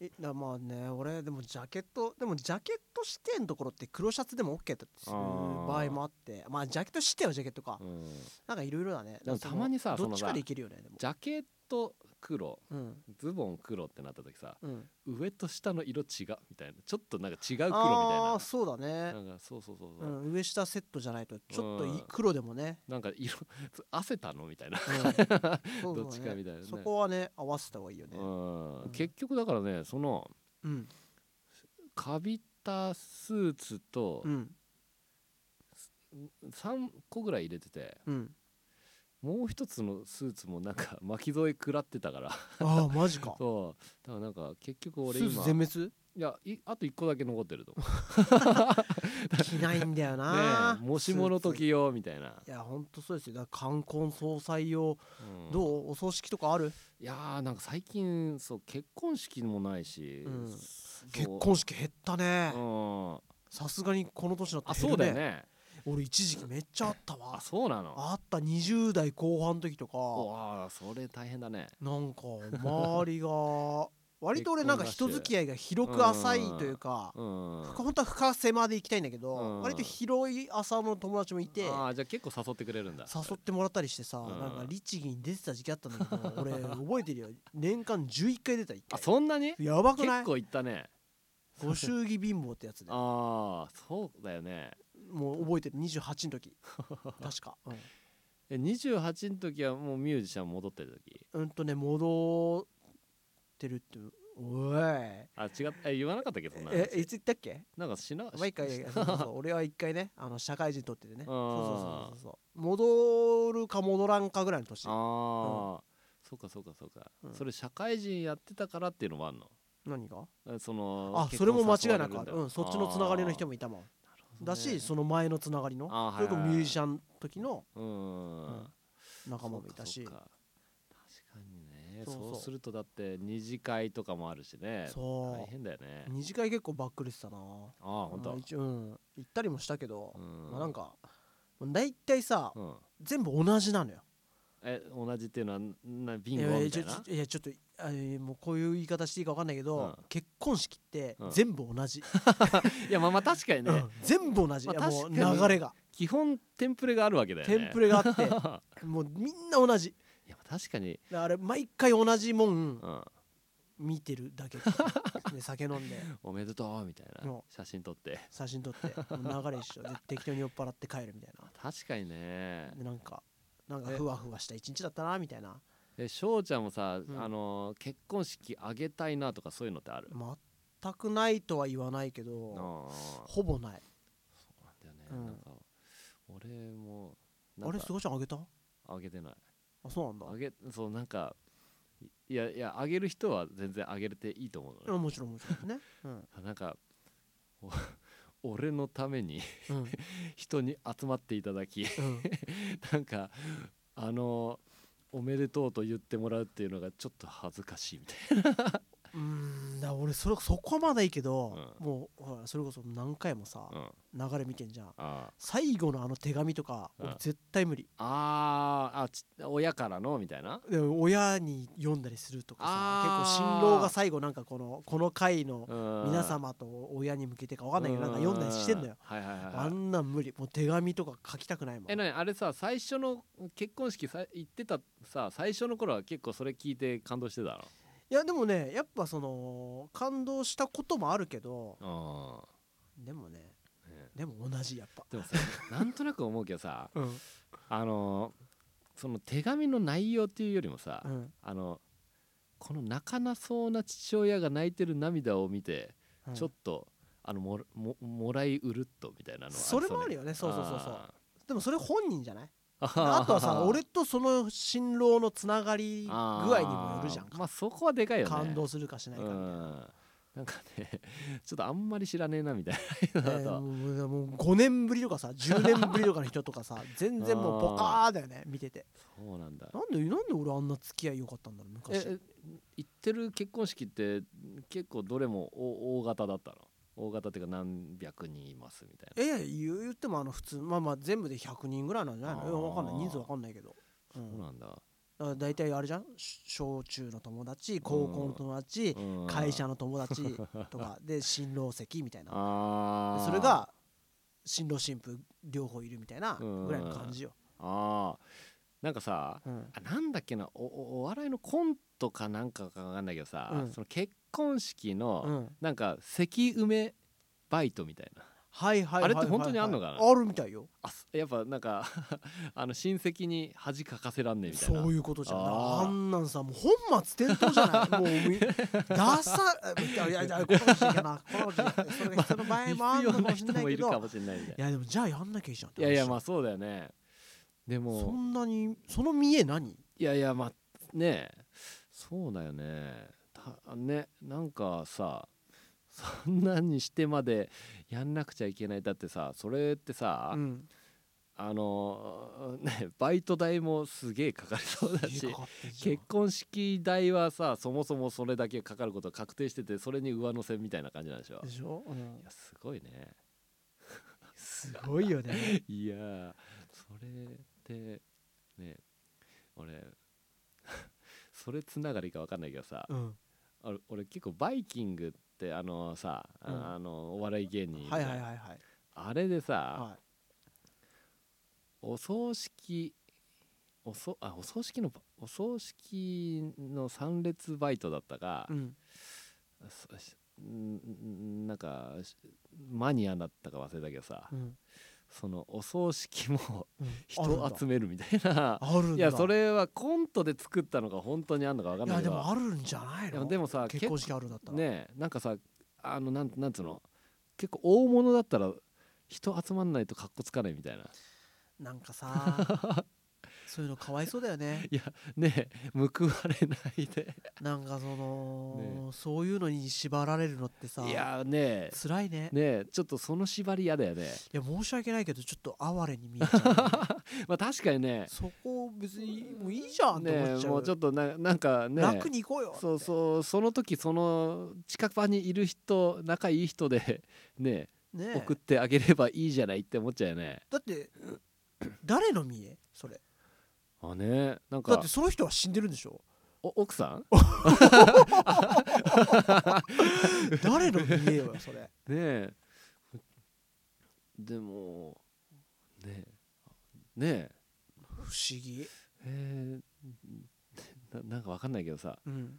S2: えだまあね俺でもジャケットでもジャケット指定のところって黒シャツでも OK だったりする
S1: あー
S2: 場合もあってまあジャケット指定はジャケットか
S1: うん
S2: なんかいろいろだね
S1: でも
S2: そ
S1: たまにさ
S2: どっ
S1: その
S2: ち
S1: さ
S2: かでいけるよねでも
S1: ジャケット黒
S2: うん
S1: ズボン黒ってなった時さ
S2: うん
S1: 上と下の色違うみたいなちょっとなんか違う黒みたい
S2: ああ
S1: な
S2: ーそうだね
S1: なんかそうそうそうそうう、
S2: ん上下セットじゃないとちょっと
S1: う
S2: い
S1: ん
S2: 黒でも ね
S1: なんか色汗たのみたいな、
S2: うん
S1: どっちかみたいなね
S2: そこはね合わせた方がいいよね
S1: う
S2: うん
S1: ん、結局だからねその
S2: うん
S1: かびたスーツと
S2: うん
S1: 3個ぐらい入れてて
S2: うん
S1: もう一つのスーツもなんか巻き添え食らってたから
S2: ああマジか
S1: そうだからなんか結局
S2: ス
S1: 俺
S2: ー
S1: 今
S2: ツ全滅
S1: いやいあと1個だけ残ってると思
S2: 着ないんだよ
S1: う ね
S2: な
S1: えもしもの
S2: スーツ
S1: 時よみたいな、
S2: いやほんとそうですよだから冠婚葬祭用
S1: うん
S2: どうお葬式とかある
S1: いやーなんか最近そう結婚式もないし、
S2: うん
S1: そう
S2: 結婚式減ったね
S1: うん
S2: さすがにこの年にな
S1: あ
S2: って減
S1: そう
S2: る
S1: だよ
S2: ね
S1: ね
S2: 俺一時期めっちゃあった
S1: あ
S2: わ
S1: そうなの
S2: あった20代後半の時と
S1: お
S2: か
S1: あそれ大変だね
S2: なんか周 りが割と俺なんか人
S1: 結婚ラッシュ
S2: 付き合いが広く浅いというか
S1: うん
S2: 深本当は深狭で行きたいんだけど
S1: うん
S2: 割と広い浅の友達もいて
S1: ああじゃあ結構誘ってくれるんだ
S2: 誘ってもらったりしてさ
S1: うん
S2: なんか律儀に出てた時期あったんだけ ど俺覚えてるよ年間11回出た1
S1: あ
S2: 回
S1: そんなに
S2: やばくな
S1: 結
S2: い
S1: 構行ったね
S2: ご祝儀貧乏ってやつで
S1: ああそうだよね
S2: もう覚えてる28の時確か、うん
S1: ええ28の時はもうミュージシャン戻ってる時
S2: うんとね戻ってるっておい
S1: あ違ったえ言わなかったっけどな
S2: えい
S1: 話
S2: つ言ったっけ
S1: なんかしな
S2: 毎回
S1: し
S2: そうそうそう 俺は一回ねあの社会人取っててね
S1: ん
S2: そうそうそうそうそう戻るか戻らんかぐらいの年
S1: ああ、そうかそうかそうか、
S2: うん
S1: それ社会人やってたからっていうのもあるの
S2: 何が
S1: えその
S2: あそれも間違いなくあ
S1: あ
S2: るうんそっちのつながりの人
S1: も
S2: もいたもんだしその前のつながりの
S1: あー
S2: それこそ
S1: はいはいはい
S2: ミュージシャンの時の
S1: うん、
S2: うん仲間もいたし
S1: そうかそうか確かにねそ
S2: そううそう
S1: するとだって二次会とかもあるしね大
S2: そ
S1: 変だよね
S2: う二次会結構バックレてたな
S1: ああ本当
S2: うん一応うん行ったりもしたけど
S1: うん
S2: まあなんかもう大体さ
S1: うん
S2: 全部同じなのよ
S1: え同じっていうのはなビン
S2: い
S1: ゴ
S2: やい
S1: み
S2: やち
S1: た
S2: ょ
S1: いな
S2: ちょいやちょっとあえーもうこういう言い方していいか分かんないけど
S1: うん
S2: 結婚式って
S1: うん
S2: 全部 同じ
S1: いやまあまあ確かにね、
S2: うん全部同じい
S1: まあ
S2: やもう
S1: 確かに
S2: 流れが
S1: 基本テンプレがあるわけだよね
S2: テンプレがあって もうみんな同じ
S1: いやまあ確かに、
S2: だからあれ毎回同じもん
S1: うん、
S2: 見てるだけとかで酒飲んで
S1: おめでとうみたいな
S2: うん
S1: 写真撮って
S2: 写真撮ってもう流れ一緒で適当に酔っ払って帰るみたい
S1: 確かにね
S2: なでなんかなんか
S1: え
S2: ふわふわした一日だったなみたいな
S1: え翔ちゃんもさ、
S2: ん
S1: あのー結婚式あげたいなとかそういうのってある
S2: 全くないとは言わないけ
S1: あ
S2: ど
S1: あ
S2: ほぼない
S1: そうなんだよね、
S2: うん
S1: なんか俺もな
S2: あ
S1: ん
S2: れ
S1: か
S2: すごちゃんあげたあ
S1: あげてない
S2: そうなんだ
S1: あげそうなんかいいやいやあげる人は全然あげれていいと思うの
S2: う
S1: ね
S2: んもちろんもちろんねうん
S1: あなんかお俺のために
S2: うん
S1: 人に集まっていただき
S2: うん
S1: なんかあのおめでとうと言ってもらうっていうのがちょっと恥ずかしいみたいな
S2: うーんだから俺それそこはまだいいけど、
S1: うん
S2: もうほらそれこそ何回もさ、、
S1: うん、
S2: 流れ見てんじゃん
S1: あ
S2: 最後のあの手紙とか、
S1: うん
S2: 俺絶対無理
S1: あーあち親からのみたいな
S2: でも親に読んだりするとかさ
S1: あー
S2: 結構新郎が最後なんかこのこの回の皆
S1: 皆
S2: 様と親に向けてか分かんないけどなんか読んだりしてんのよ
S1: はいはいはい
S2: あ
S1: はい
S2: んなん無理もう手紙とか書きたくないもん
S1: えなにあれさ最初の結婚式さ行ってたさ最初の頃は結構それ聞いて感動してた
S2: いやでもねやっぱその感動したこともあるけど
S1: の
S2: でもね
S1: うん、ね
S2: でも同じやっぱ
S1: でもさ なんとなく思うけどさ
S2: うん
S1: あのその手紙の内容っていうよりもさ、
S2: うん
S1: あのこの泣かなそうな父親が泣いてる涙を見て、
S2: うん
S1: ちょっとあのもらももらいうるっとみたいなのは
S2: それもあるよねそうそうそうそうでもそれ本人じゃない
S1: そう
S2: あとはさ俺とその新郎のつながり具合にもよるじゃんか
S1: まあそこはでかいよね
S2: 感動するかしないかみ
S1: う
S2: たいな、
S1: んなんかね ちょっとあんまり知らねえなみたいな
S2: え
S1: のだ
S2: ー
S1: と、
S2: もうもう5年ぶりとかさ10年ぶりとかの人とか さ全然もうポカーだよね見てて
S1: そうなんだ
S2: なんでなんで俺あんな付き合い良かったんだろう
S1: え
S2: 昔
S1: え行ってる結婚式って結構どれも大大型だったの大型っていうか何百人いますみたいな
S2: えいや言う言ってもあの普通まあまあ全部で100人ぐらいなんじゃないの
S1: あー
S2: いやわかんない人数わかんないけど、う、
S1: そうん
S2: だ
S1: なんだ、
S2: から大体あれじゃんし小中の友達高校の友達
S1: うん
S2: 会社の友達と かで新郎席みたいな
S1: あ
S2: で
S1: ー
S2: それが新郎新婦両方いるみたいな
S1: うん
S2: ぐらいの感じよ、
S1: あーなんかさ
S2: うん
S1: あなんだっけなおおお笑いのコントかなんかかわかんないけどさ、
S2: うん
S1: その結婚式
S2: う
S1: の
S2: ん
S1: なんか席埋めバイトみたいな
S2: はいはいはいはいはい
S1: あれって本当にあんのかな
S2: あるみたいよ
S1: あすやっぱなんか あの親戚に恥かかせらんねえみたいな
S2: そういうことじゃん
S1: あ
S2: あ
S1: ー
S2: んなんさもう本末転倒じゃ ないもうみダサいやいやいやこの時期かなこの時期それが人の場合もあ
S1: 必
S2: るの
S1: 要
S2: か
S1: な
S2: もしれ
S1: 人
S2: ない
S1: も
S2: け
S1: いるか
S2: ど
S1: もしれないみたい
S2: いやでもじゃあやんなきゃいいじゃんって
S1: ないやいや
S2: 話
S1: まあそうだよねで
S2: そ
S1: も
S2: んなにその見え何
S1: いやいやまあねえそうだよねたねなんかさそんなにしてまでやんなくちゃいけないだってさそれってさ、
S2: うん
S1: あのねバイト代もすげえかかりそうだし
S2: 家かかってんじゃん
S1: 結婚式代はさそもそもそれだけかかることが確定しててそれに上乗せみたいな感じなんでしょ
S2: でしょ、うん
S1: いやすごいね
S2: すごいよね
S1: いやーそれってね俺 それつながりか分かんないけどさ、
S2: うん
S1: 俺俺結構バイキングってあのさ、あ
S2: うん
S1: あのお笑い芸人いるじゃ
S2: は
S1: ん
S2: いはいはいはい
S1: あれでさ、
S2: は
S1: お葬式おそあお葬式のお葬式の参列バイトだったか
S2: い、うん
S1: そしんんなんかしマニアだったか忘れたけどさ、
S2: うん
S1: そのお葬式も
S2: あ
S1: 人
S2: るん
S1: 集めるみたいな
S2: だあるんだ
S1: いやそれはコントで作ったのか本当にあんのか分か
S2: い
S1: んな
S2: や
S1: いけ
S2: で
S1: ど
S2: もあるんじゃない
S1: で
S2: の
S1: もでもさ
S2: 結婚式あるんだったら、
S1: ねえなんかさあのなんなんつうの結構大物だったら人集まんないとかっこつかないみたいな
S2: なんか さそういうのかわいそうだよね
S1: いやねえ報われないで
S2: なんかその、そういうのに縛られるのってさ
S1: いやねえ
S2: 辛いね
S1: ねえちょっとその縛り嫌だよね
S2: いや申し訳ないけどちょっと哀れに見えちゃ うよね
S1: まあ確かにね
S2: そこ別にもういいじゃんって
S1: ね
S2: 思っ
S1: え
S2: ちゃう,、
S1: もうちょっとななんかね
S2: 楽に行こうよって
S1: そうそうその時その近場にいる人仲いい人でね
S2: ね
S1: え
S2: え
S1: 送ってあげればいいじゃないって思っちゃうよね
S2: だって誰の見えそれ
S1: あねなん
S2: だっ
S1: か
S2: てその人は死んでるんでしょ
S1: お奥さん
S2: 誰の見えよそれ
S1: ねえでもねえねえ
S2: 不思議
S1: えー、ななんかわかんないけどさ
S2: うん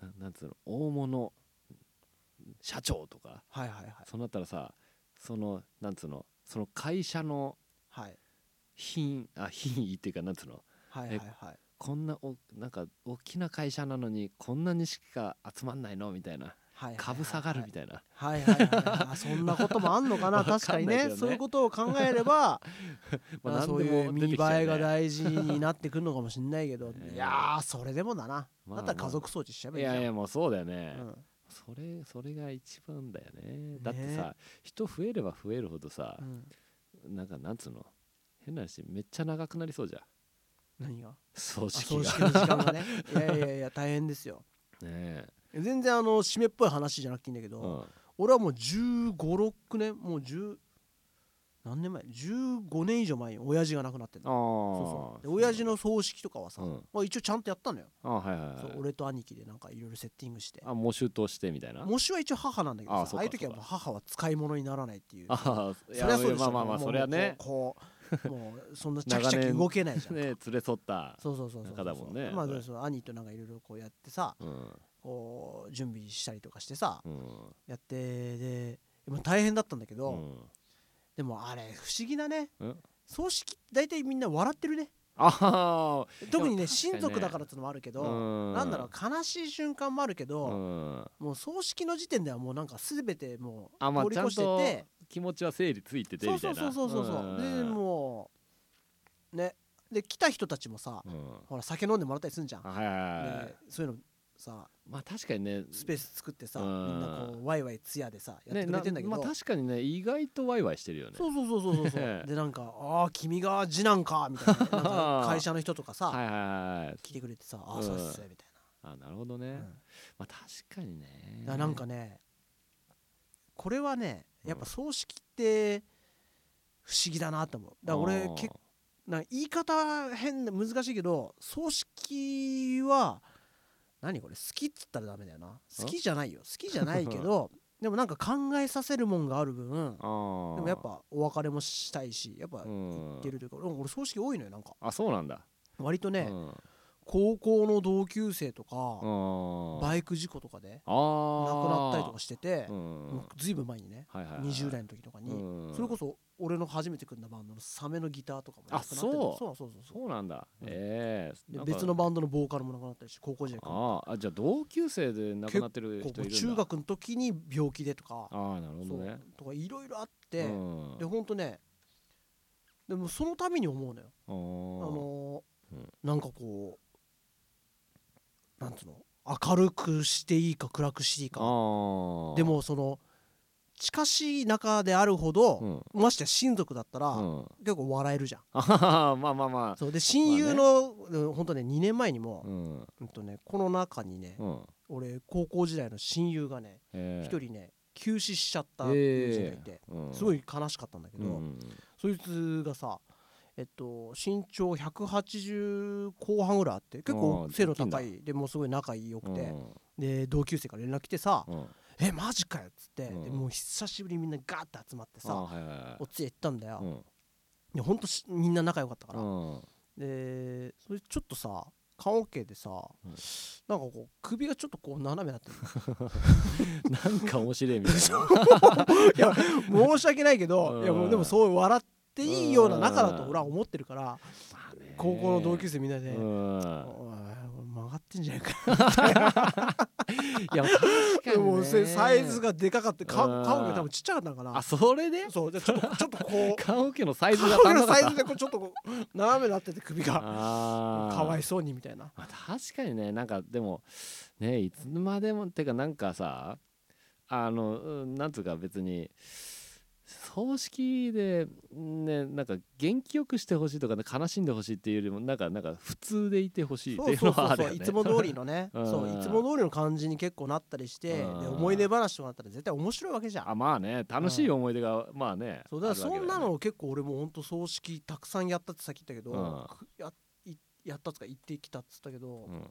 S1: ななんつうの大物社長とか
S2: はいはいはい
S1: そうなったらさそのなんつうのその会社の
S2: はい
S1: 品あ品位っていうかなんつうの
S2: はいはいはい
S1: こんなおなんか大きな会社なのにこんなにしか集まんないのみたいな
S2: はい
S1: 株下がるみたいな
S2: はいはいはいはいあそんなこともあんのかな
S1: わかんない
S2: 確かに
S1: けど
S2: ね
S1: ね
S2: そういうことを考えれば ま
S1: まあ
S2: あ
S1: 何
S2: そう
S1: で
S2: いう
S1: も
S2: 見
S1: 出て
S2: 栄
S1: きちゃうね
S2: えが大事になってくるのかもしんないけ ど
S1: ええ
S2: いやーそれでもだな
S1: まあ
S2: だったら家族装置しちゃえば
S1: い
S2: いいじゃん
S1: やいやもうそうだよね、
S2: うん
S1: それそれが一番だよねだってさ人増えれば増えるほどさ
S2: う、ん
S1: なんかなんつうの変な話めっちゃ長くなりそうじゃん
S2: 何があ
S1: 葬式
S2: 葬
S1: が
S2: 式の時間がねいやいやいや大変ですよ
S1: ねえ、
S2: 全然あの締めっぽい話じゃなくていいんだけ
S1: う
S2: ど、
S1: ん、
S2: 俺はもう1 5 6年もう10何年前15年以上前に親父が亡くなってんだそうそうで親父の葬式とかはさ、
S1: うん
S2: まあ、一応ちゃんとやったのよ、
S1: あはいはいはい
S2: そう俺と兄貴でなんかいろいろセッティングして
S1: あ喪主としてみたいな
S2: 模試は一応母なんだけど
S1: あ
S2: さ
S1: そ
S2: ああ
S1: うか
S2: いう時はもう母は使い物にならないっていう
S1: ああい
S2: そりゃそうでしょ
S1: まあまあま
S2: も
S1: あ
S2: う
S1: そりゃね
S2: こうもうそんなちゃ
S1: 長
S2: き
S1: 年
S2: ちゃき動けないじゃんか
S1: ね連れ添った
S2: そうそうそうそう
S1: 中だもんね
S2: まあ
S1: それ
S2: そう兄となんかいろいろこうやってさ
S1: うん
S2: こう準備したりとかしてさ
S1: うん
S2: やってでまあ大変だったんだけ
S1: う
S2: ど、
S1: ん
S2: でもあれ不思議だね
S1: え
S2: 葬式大体みんな笑ってるね
S1: あ
S2: 特に
S1: で
S2: ね
S1: も
S2: 親族だからってのもあるけど、
S1: うん
S2: なんだろう悲しい瞬間もあるけ
S1: あ、う
S2: ど、
S1: ん、
S2: もう葬式の時点ではもうなんか全てもう
S1: あまあ
S2: 通り
S1: ちゃん
S2: 越して
S1: と
S2: て、
S1: 気持ちは整理ついてて
S2: そう
S1: みた
S2: そ
S1: いうな
S2: そうそうそうそう、で
S1: ん
S2: もうねで来た人たちもさ、
S1: うん
S2: ほら酒飲んでもらったりするじゃん、
S1: あはいはいはい
S2: でそういうのさ
S1: まあ確かにね
S2: スペース作ってさ、
S1: うん
S2: みんなこうワイワイツヤでさやっ
S1: ね
S2: てくれてんだけど、
S1: なまあ確かにね意外とワイワイしてるよね
S2: そうそうそうそうそうそう でなんか「ああ君が次男か」みたいななんか会社の人とかさ
S1: はいはいはい
S2: 来てくれてさ「あ
S1: う
S2: あ
S1: ん
S2: そうっす」みたい
S1: あなるほどね、
S2: な、
S1: まあ確かにね
S2: うんだからなんかねこれはねやっぱ葬式って不思議だなと思うだから
S1: あ
S2: 俺
S1: ー
S2: 結なんか言い方変で難しいけど葬式は何これ好きっつったらダメだよな好きじゃないよ好きじゃないけ どでもなんか考えさせるもんがある分
S1: あー
S2: でもやっぱお別れもしたいしやっぱ
S1: うん
S2: 行ってるというか、うん俺葬式多いのよなんか
S1: あそうなんだ
S2: 割とね、
S1: うん
S2: 高校の同級生とか、
S1: うん
S2: バイク事故とかで
S1: あー
S2: 亡くなったりとかしてて、
S1: うん
S2: もうずいぶん前にね、
S1: はいはいはい
S2: 20代の時とかに、
S1: うん
S2: それこそ俺の初めて組んだバンドのサメのギターとかも亡
S1: あ
S2: くなってた
S1: そう
S2: そうそうそうそう
S1: そうなんだ、
S2: うん
S1: ええ
S2: で
S1: なんか
S2: 別のバンドのボーカルも亡くなったりして高校時代から
S1: あーあじゃあ同級生で亡くなってる人
S2: 高校
S1: いるんだ
S2: 中学の時に病気でとか
S1: ああなるほど
S2: そう
S1: ね
S2: とかいろいろあって、
S1: うん、
S2: でほんとねでもそのために思うのよ
S1: あ
S2: あ
S1: の
S2: のー
S1: うん
S2: なんかこうなんつうの明るくしていいか暗くしていいか
S1: あー
S2: で、もその近しい中であるほど、
S1: ん
S2: ましてや親族だったら、
S1: うん、
S2: 結構笑えるじゃん
S1: あははまあまあまあ
S2: そうで親友の、うんほんとね2年前にも、
S1: うん
S2: うんとね、この中にね、
S1: うん
S2: 俺高校時代の親友がね
S1: え
S2: 一、
S1: え
S2: 人ね急死しちゃった友人がい
S1: え
S2: て、
S1: えうん
S2: すごい悲しかったんだけ
S1: う
S2: ど、
S1: んうん
S2: そいつがさえっと身長180後半ぐらいあって結構
S1: あー
S2: 背の高
S1: 大
S2: いでもうすごい仲良
S1: う
S2: く
S1: ん
S2: て、
S1: うん
S2: で同級生から連絡来てさ
S1: うん
S2: 「えマジかよ」っつって、
S1: うん
S2: でもう久しぶりにみんなガーって集まって
S1: あ
S2: さ
S1: はいはいはい
S2: おつや行ったんだよ、
S1: うん
S2: いやほんとしみんな仲良かったから、
S1: うん
S2: でそれちょっとさ棺桶でさ、
S1: うん
S2: なんかこう首がちょっとこう斜めになってる
S1: なんか面白いみたいな。
S2: いや申し訳ないけど、
S1: うん
S2: いやもうでもそう笑っっていいような仲だ
S1: う
S2: と
S1: ん
S2: 俺は思ってるから
S1: まあね
S2: 高校の同級生みんなで、
S1: うん
S2: おいこれ曲がってんじゃないか
S1: いや確かに、ね、
S2: もうせサイズがでかかって顔
S1: うん
S2: 顔が多分ちっちゃかったのかな
S1: あそれで
S2: そうでちょっとちょっとこ う
S1: 棺桶のサイズが
S2: 顔
S1: 足んな
S2: の
S1: かっ
S2: サ
S1: た
S2: イズでこうちょっとこう斜めになってて首が
S1: あー
S2: かわいそうにみたいな
S1: まあ確かにねなんかでもねいつまでもってかなんかさあのうんなんつうか別に葬式でねなんか元気よくしてほしいとか、ね、悲しんでほしいっていうよりもなんかなんか普通でいてほしいっ
S2: そ
S1: て
S2: う
S1: いう
S2: そ
S1: の
S2: うそ
S1: はあ
S2: うそ
S1: るよ
S2: う
S1: ね
S2: いつも通りのね
S1: うん
S2: そういつも通りの感じに結構なったりしてで
S1: うん
S2: 思い出話とかあったら絶対面白いわけじゃん
S1: あまあね楽しい思い出が、まあね
S2: そうだから
S1: あるわ
S2: そ
S1: け
S2: ん
S1: だ
S2: な
S1: よ
S2: のを結構俺も本当葬式たくさんやったってさっき言ったけど
S1: うん
S2: くやいやったっつか行ってきたっつったけど
S1: ね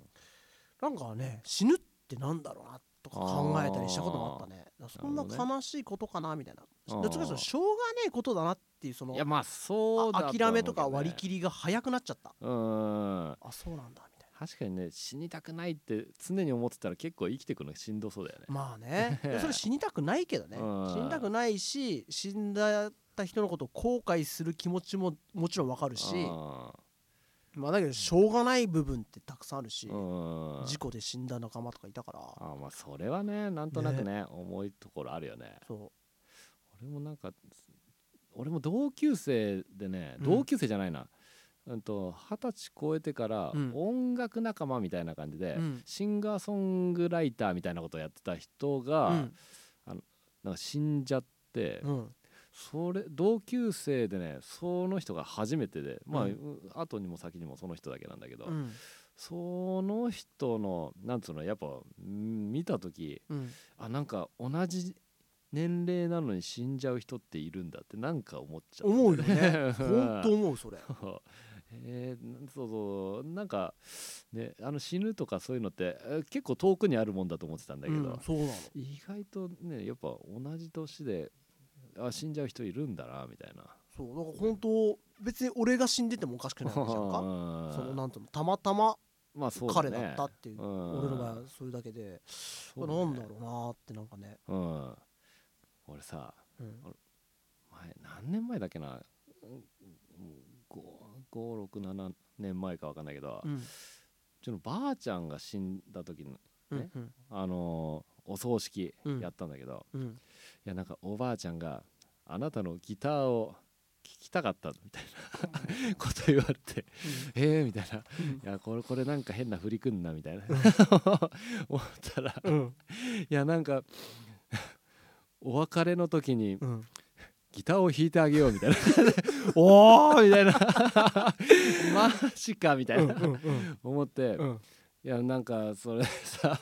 S2: なんかね死ぬってなんだろうなとか考えたりしたこともあったねだからそんな
S1: なるほど
S2: 悲しいことかなみたいな
S1: うん
S2: どっちかというとしょうがねえことだなっていうそ
S1: うん
S2: の
S1: いやまあそうだ
S2: あ諦めとか割り
S1: り
S2: 切りが早くなっちゃった
S1: うん
S2: あそうなんだみたい
S1: 確かにね死にたくないって常に思ってたら結構生きてくのしんどそうだよね
S2: なまあねでもそれ死にたくないけどね
S1: うん
S2: 死にたくないし死んだ人のことを後悔する気持ちももちろんわかるしまあだけどしょうがない部分ってたくさんあるし
S1: うん
S2: 事故で死んだ仲間とかいたから
S1: あまあそれはねなんとなくね重いところあるよね
S2: そ
S1: 俺もなんか俺も同級生でね
S2: うん
S1: 同級生じゃないなうんと二十歳超えてから
S2: うん
S1: 音楽仲間みたいな感じで、
S2: うん
S1: シンガーソングライターみたいなことをやってた人
S2: う
S1: が、
S2: うん
S1: なんか死んじゃって、
S2: うん
S1: それ同級生でねその人が初めてでまあ、
S2: う
S1: う後にも先にもその人だけなんだけど、
S2: うん
S1: その人のなんつうのやっぱん見た時
S2: うん
S1: あなんか同じ年齢なのに死んじゃう人っているんだってなんか思っちゃった
S2: 思うよ ね
S1: うん
S2: 本当思うそれ
S1: そうえーそうそうなんか、ね、あの死ぬとかそういうのってえー結構遠くにあるもんだと思ってたんだけ
S2: う
S1: ど、
S2: んそうなの
S1: 意外とねやっぱ同じ年であ死んじゃう人いるんだなみたいな。
S2: そうだから本当別に俺が死んでてもおかしくないわけじゃんか
S1: うん
S2: そのなんていうのたまたま
S1: まあそうだね
S2: 彼だったっていう
S1: うん
S2: 俺の場合はそれだけで
S1: そ
S2: な
S1: うだ
S2: ん
S1: ね
S2: だろうなってなんかね
S1: うん俺さ
S2: うん
S1: 前何年前だっけな567年前か分かんないけど、う
S2: うん
S1: ちのばあちゃんが死んだ時の、
S2: うんうん
S1: あのーお葬式
S2: うん
S1: やったんだけど、
S2: うん
S1: いやなんかおばあちゃんがあなたのギターを聴きたかったみたいなこと言われてえー、みたいな「
S2: うん
S1: いやこれこれなんか変な振りくんな」み たいな思ったら
S2: うん
S1: いやなんかお別れの時に
S2: うん
S1: ギターを弾いてあげようみたいなおーみたいなマジかみたいな、
S2: うん
S1: 思って、
S2: う
S1: い
S2: ん
S1: やなんかそれさ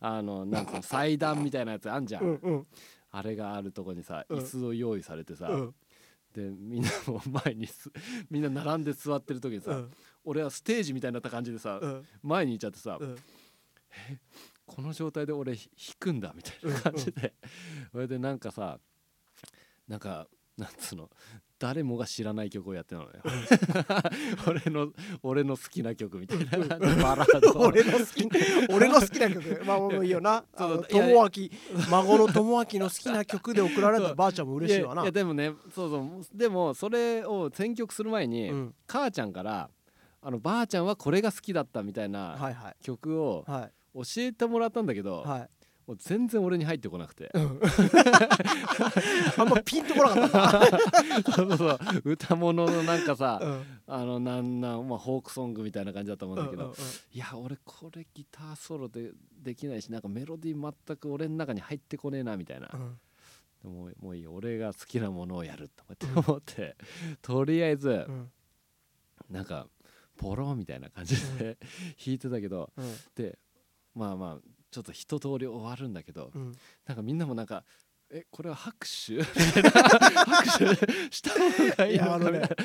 S1: あのなんつうの祭壇みたいなやつあんじゃん、
S2: うんうん
S1: あれがあるとこにさ
S2: うん
S1: 椅子を用意されてさ、
S2: うん
S1: でみんなも前にすみんな並んで座ってる時にさ、
S2: うん
S1: 俺はステージみたいになった感じでさ、
S2: うん
S1: 前にいちゃってさ、
S2: うん
S1: この状態で俺ひ弾くんだみたいな感じで、それでなんかさなんかなんつうの誰もが知らない曲をやってたのね俺の俺の好きな曲みたいな感じでバラードを
S2: 俺の好きな俺の好きな曲まあもういいよなあの
S1: そういや
S2: 友明孫の友明の好きな曲で送られたらばあちゃんも嬉しいわな
S1: ややでもねそうそうでもそれを選曲する前に、
S2: うん
S1: 母ちゃんからあのばあちゃんはこれが好きだったみたい
S2: は
S1: ない
S2: はい
S1: 曲を
S2: はい
S1: 教えてもらったんだけど、
S2: はい
S1: もう全然俺に入ってこなくて
S2: あんまピンとこなかったな
S1: そうそう歌物のなんかさ、
S2: うん
S1: あのなんなん、まあ、フォークソングみたいな感じだと思うんだけど、
S2: うんうんうん
S1: いや俺これギターソロでできないしなんかメロディー全く俺の中に入ってこねえなみたいな、
S2: うん
S1: でももういいよ俺が好きなものをやるとかって思って、 とりあえず
S2: うん
S1: なんかポロみたいな感じで弾いてたけど
S2: うん
S1: でまあまあちょっと一通り終わるんだけど、
S2: うん
S1: なんかみんなもなんか「えこれは拍手? 」みたい な拍手した方がい
S2: い
S1: いの
S2: やあ
S1: か
S2: の
S1: みたい
S2: ね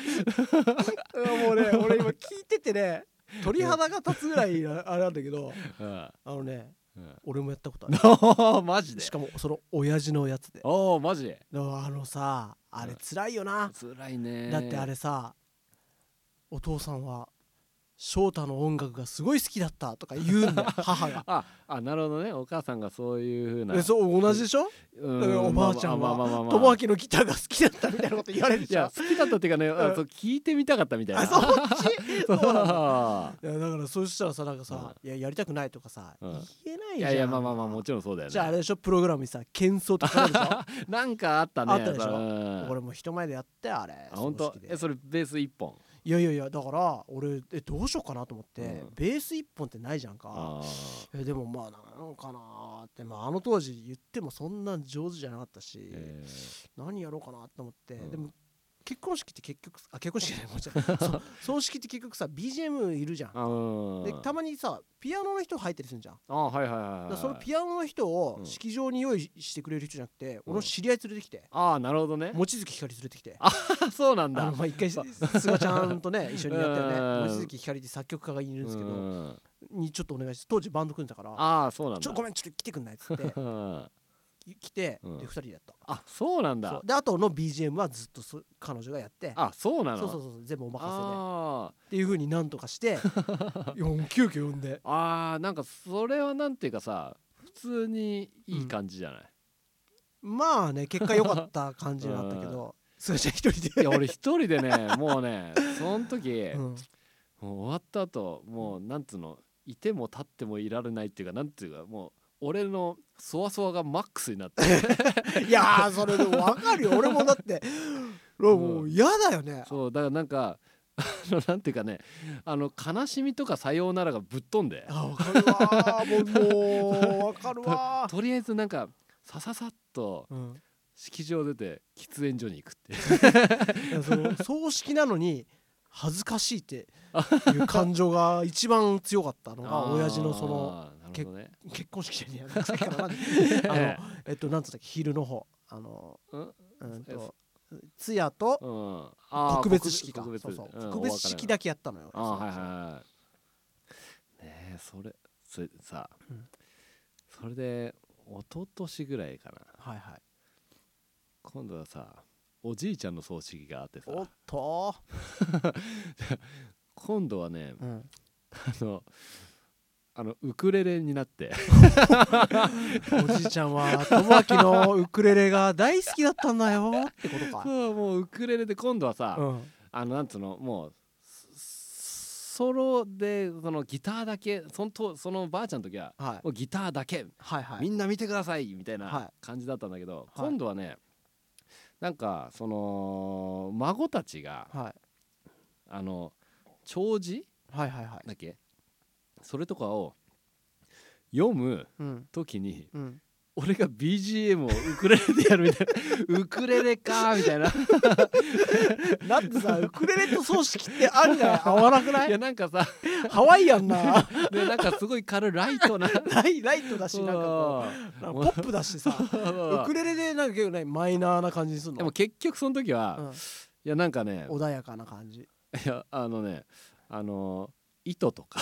S1: な
S2: もうね俺今聞いててね鳥肌が立つぐらいなあれなんだけどあのね
S1: うん うん
S2: 俺もやったことある
S1: マジで
S2: しかもその親父のやつで
S1: おおマジで
S2: だからあのさあれ辛いよな
S1: 辛いね
S2: だってあれさお父さんは翔太の音楽がすごい好きだったとか言 うんだよ母が。
S1: ああなるほどねお母さんがそういうふうな
S2: えそう同じでしょ
S1: う
S2: だからおばあちゃんは
S1: まあまあまあまあ
S2: 友明のギターが好きだったみたいなこと言われる
S1: い
S2: じゃん
S1: や好きだったっていうかね、あそう聞いてみたかったみたいな
S2: あそっち
S1: そう
S2: そうなんだいやだからそうしたらさなんかさ、いややりたくないとかさ、
S1: うん
S2: 言えないじゃん
S1: いやいやまあまあまあもちろんそうだよね
S2: じゃああれでしょプログラムにさ喧騒とかあるでし
S1: なんかあったね
S2: あったでしょ
S1: それ
S2: ょ
S1: うん
S2: 俺も人前でやってあれ
S1: あ本
S2: 葬
S1: 当
S2: 式で
S1: えそれベース一本
S2: いやいやいやだから俺えどうしようかなと思って、
S1: うん
S2: ベース一本ってないじゃんか
S1: あ
S2: えでもまあなんかなーって、まあ、あの当時言ってもそんな上手じゃなかったし
S1: ー、え
S2: 何やろうかなと思って、
S1: うん
S2: でも結婚式って結局あ結婚式じゃないもちろん そう葬式って結局さ BGM いるじゃん
S1: ー、あうん
S2: でたまにさピアノの人入ったりするじゃん、
S1: あはいはいはい、
S2: だから
S1: はい、
S2: そのピアノの人を
S1: うん
S2: 式場に用意してくれる人じゃなくて、俺の知り合い連れてきて
S1: ああなるほどね
S2: 望月ひかり連れてきて
S1: あ そうなん
S2: あ
S1: だ
S2: のまあ一回菅ちゃんとね一緒にやったよ
S1: うん
S2: ね望月ひかりって作曲家がいるんですけ
S1: う
S2: ど
S1: ん
S2: にちょっとお願いして当時バンド組んでたから
S1: ああそうな
S2: 「
S1: ん
S2: ちょ
S1: だ
S2: ごめんちょっと来てくんない」っつって
S1: うん
S2: 来てで
S1: うん
S2: 2人でやった
S1: あそうなん
S2: そ
S1: だ
S2: うであとの BGM はずっとそ彼女がやって
S1: あそうな
S2: そう
S1: の
S2: そうそう全部お任
S1: あ
S2: せでっていう風になんとかして いやもう急遽呼んで
S1: ーあーなんかそれはなんていうかさ普通にいい感じじゃない、
S2: まあね結果良かった感じになったけ ど菅ちゃん一人
S1: い
S2: で
S1: や俺一人 でねもうねその時、
S2: うん
S1: もう終わった後もうなんつうのいても立ってもいられないっていうかなんていうかもう俺のそわそわがマックスになって
S2: いやーそれでも分かるよ俺もだってもう嫌だよね
S1: そうだからなんかあのなんていうかねあの悲しみとかさようならがぶっ飛んで
S2: あ分かるわーもうもう分かるわー
S1: とりあえずなんかさささっと
S2: うん、
S1: 式場出て喫煙所に行くっていう
S2: いやその葬式なのに恥ずかしいって いう感情が一番強かったのが親父のその
S1: あーなるほどね
S2: 結婚式じゃねえやなんかさっき からなんであの
S1: え
S2: えっとなんつったっけ昼の方あの
S1: うん
S2: うんと通夜と
S1: うんあー
S2: 告別式か
S1: 告別
S2: そうそう
S1: うん
S2: 告別式だけやったのよ
S1: ああはいはいはいねえそれそれさ、
S2: うん
S1: それで一昨年ぐらいかな
S2: はいはい
S1: 今度はさおじいちゃんの葬式があってさ
S2: おっと
S1: 今度はね
S2: ー、うん、
S1: あのあのウクレレになって
S2: おじいちゃんは智明のウクレレが大好きだったんだよってことか。
S1: そう もうウクレレで今度はさ、
S2: うん、
S1: あのなんつうのもうそソロでそのギターだけそのとそのばあちゃんの時は、
S2: はい
S1: もうギターだけ
S2: はいは
S1: み
S2: い。
S1: んな見てくださいみたい
S2: はい
S1: な感じだったんだけど、
S2: はい
S1: 今度はねなんかその孫たちが
S2: はい
S1: あの弔辞
S2: はいはいはい。
S1: だっけそれとかを読む
S2: うん
S1: 時に
S2: うん。
S1: 俺が BGM をウクレレでやるみたい なウクレレかみたいな
S2: だってさウクレレと葬式って案外合わなくない
S1: や
S2: い
S1: なんかさ
S2: ハワイアンな
S1: でなんかすごい軽いライトな
S2: ライライトだ しなんかこ
S1: そう
S2: うなんかポップだしさウクレレでなんか結構ねマイナーな感じにするの
S1: でも結局その時は、
S2: う
S1: い
S2: ん、
S1: やなんかね
S2: 穏やかな感じ
S1: いやあのねあの糸とか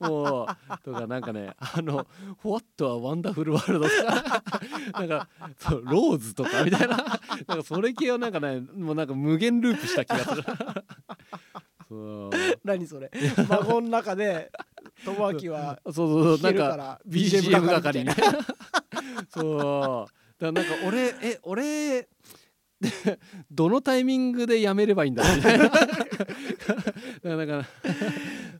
S1: もうとかなんかねあの「What a Wonderful World」とか なんかそうローズとかみたいななんかそれ系をなんかねもうなんか無限ループした気がする そう
S2: 何それ孫の中で智明は
S1: そうそうそ
S2: 弾け
S1: うなん
S2: る
S1: か
S2: から
S1: BGM 係
S2: み
S1: ね
S2: たい
S1: そうだからなんか俺え俺 どのタイミングでやめればいいんだみたいなだからなんか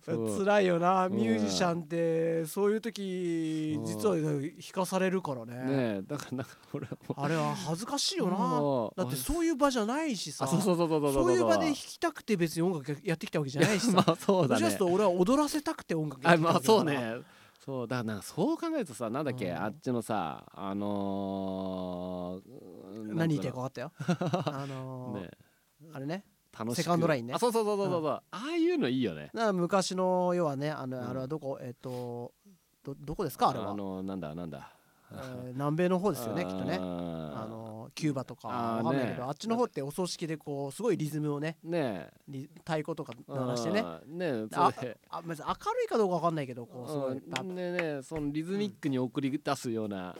S1: そう
S2: 辛いよな
S1: うん
S2: ミュージシャンってそういう時
S1: うん
S2: 実は引かされるからね
S1: ねえだからなんか俺はも
S2: あれは恥ずかしいよな
S1: もう
S2: だってそういう場じゃないしさ
S1: あそうそうそうそうそう
S2: そういう場で弾きたくて別に音楽やってきたわけじゃないし
S1: ま
S2: さ
S1: あそう
S2: ど
S1: だ
S2: ちらか
S1: ね
S2: というと俺は踊らせたくて音楽やっ
S1: あ
S2: てきた
S1: ま
S2: わ
S1: あ
S2: けだか
S1: そ
S2: ら
S1: うねそうだからなんかそう考えるとさなんだっけ、
S2: うん
S1: あっちのさあのー、
S2: 何言いたい
S1: か
S2: か分かったよあのー
S1: ね
S2: あれね
S1: 楽しく
S2: セカンドラインね
S1: あそうそうそうそうそう、ああいうのいいよね
S2: だから昔の要はねあ
S1: うん
S2: のあれはどこえっとどどこですかあれは
S1: のなんだなんだ
S2: えー南米の方ですよ ねきっとねあ
S1: あ
S2: のキューバとか
S1: あー
S2: わかんないけど
S1: ね
S2: あっちの方ってお葬式でこうすごいリズムをね
S1: ね
S2: リ太鼓とか
S1: え
S2: 鳴らしてね
S1: うんねえ
S2: あ
S1: それで
S2: あまず明るいかどうかわかんないけどこうすごいパ
S1: う
S2: ッ
S1: んねえねえそのリズミックに送り出すような、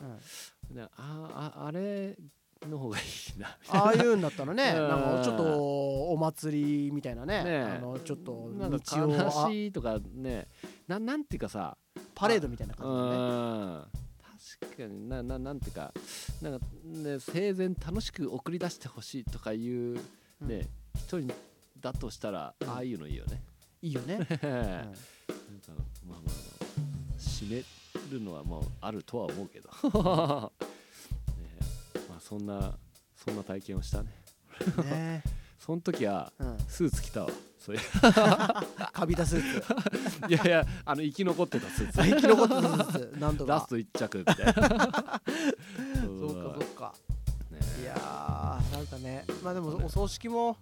S2: うん
S1: ねあああれの方がいいな
S2: ああいうんだったらね
S1: うん
S2: なんかちょっとお祭りみたいなね
S1: ねえ
S2: あのちょっと
S1: なんか
S2: 道をあ
S1: 悲しいとかねななんていうかさ
S2: パレードみたいな
S1: う
S2: 感じでね
S1: ん確かになななんていうかなんか、ね、生前楽しく送り出してほしいとかい
S2: う
S1: う、
S2: ん
S1: ね一人だとしたら、
S2: うん
S1: ああいうのいいよ ね。
S2: いいよね、
S1: なん
S2: うん
S1: かまあまあまあ締めるのはまああるとは思うけど、ねまあ、そんなそんな体験をしたね。
S2: ね
S1: その時は
S2: うん、
S1: スーツ着たわそうい
S2: カビたスー ツ
S1: やいやいやあの生き残ってたスーツ
S2: 生き残ったスーツ何度か
S1: ラスト1着みたいな
S2: そうかそうか
S1: ね
S2: いやーなんかねまあでもお葬式も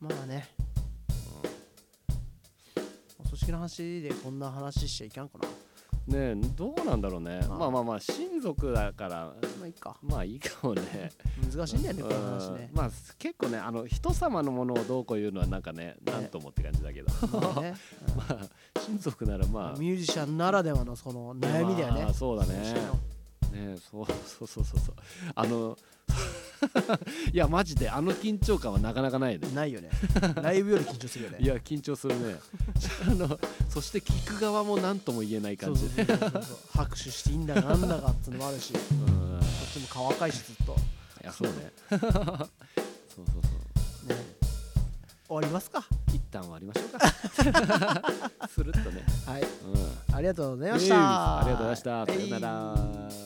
S2: まあねお葬式の話でこんな話しちゃいけんかな
S1: ねえどうなんだろうね
S2: まあ
S1: まあまあまあ親族だから
S2: まあいいか
S1: まあいいかもね
S2: 難しいんだよねこの話ね
S1: うんまあ結構ねあの人様のものをどうこう言うのはなんかね
S2: ね
S1: なんともって感じだ けど
S2: まあねうん
S1: まあ親族ならまあ
S2: ミュージシャンならではのその悩みだよね
S1: まあそうだね
S2: そうしたよ
S1: ねえそうそうそうそうそうあの いやマジであの緊張感はなかなかないね
S2: ないよ ねライブより緊張するよね
S1: いや緊張する ねあのそして聞く側も何とも言えない
S2: そ
S1: 感
S2: う
S1: じ
S2: そうそうそうそう拍手していいんだかなんだかってのもあるしこ
S1: うん
S2: っちも顔赤いしずっとね
S1: いやそうね そうそうそう
S2: 終わりますか
S1: 一旦終わりましょうかするっとね
S2: はい
S1: うん
S2: ありがとうござい
S1: え
S2: ま
S1: い
S2: した、
S1: ありがとうございましたさよな
S2: は
S1: ら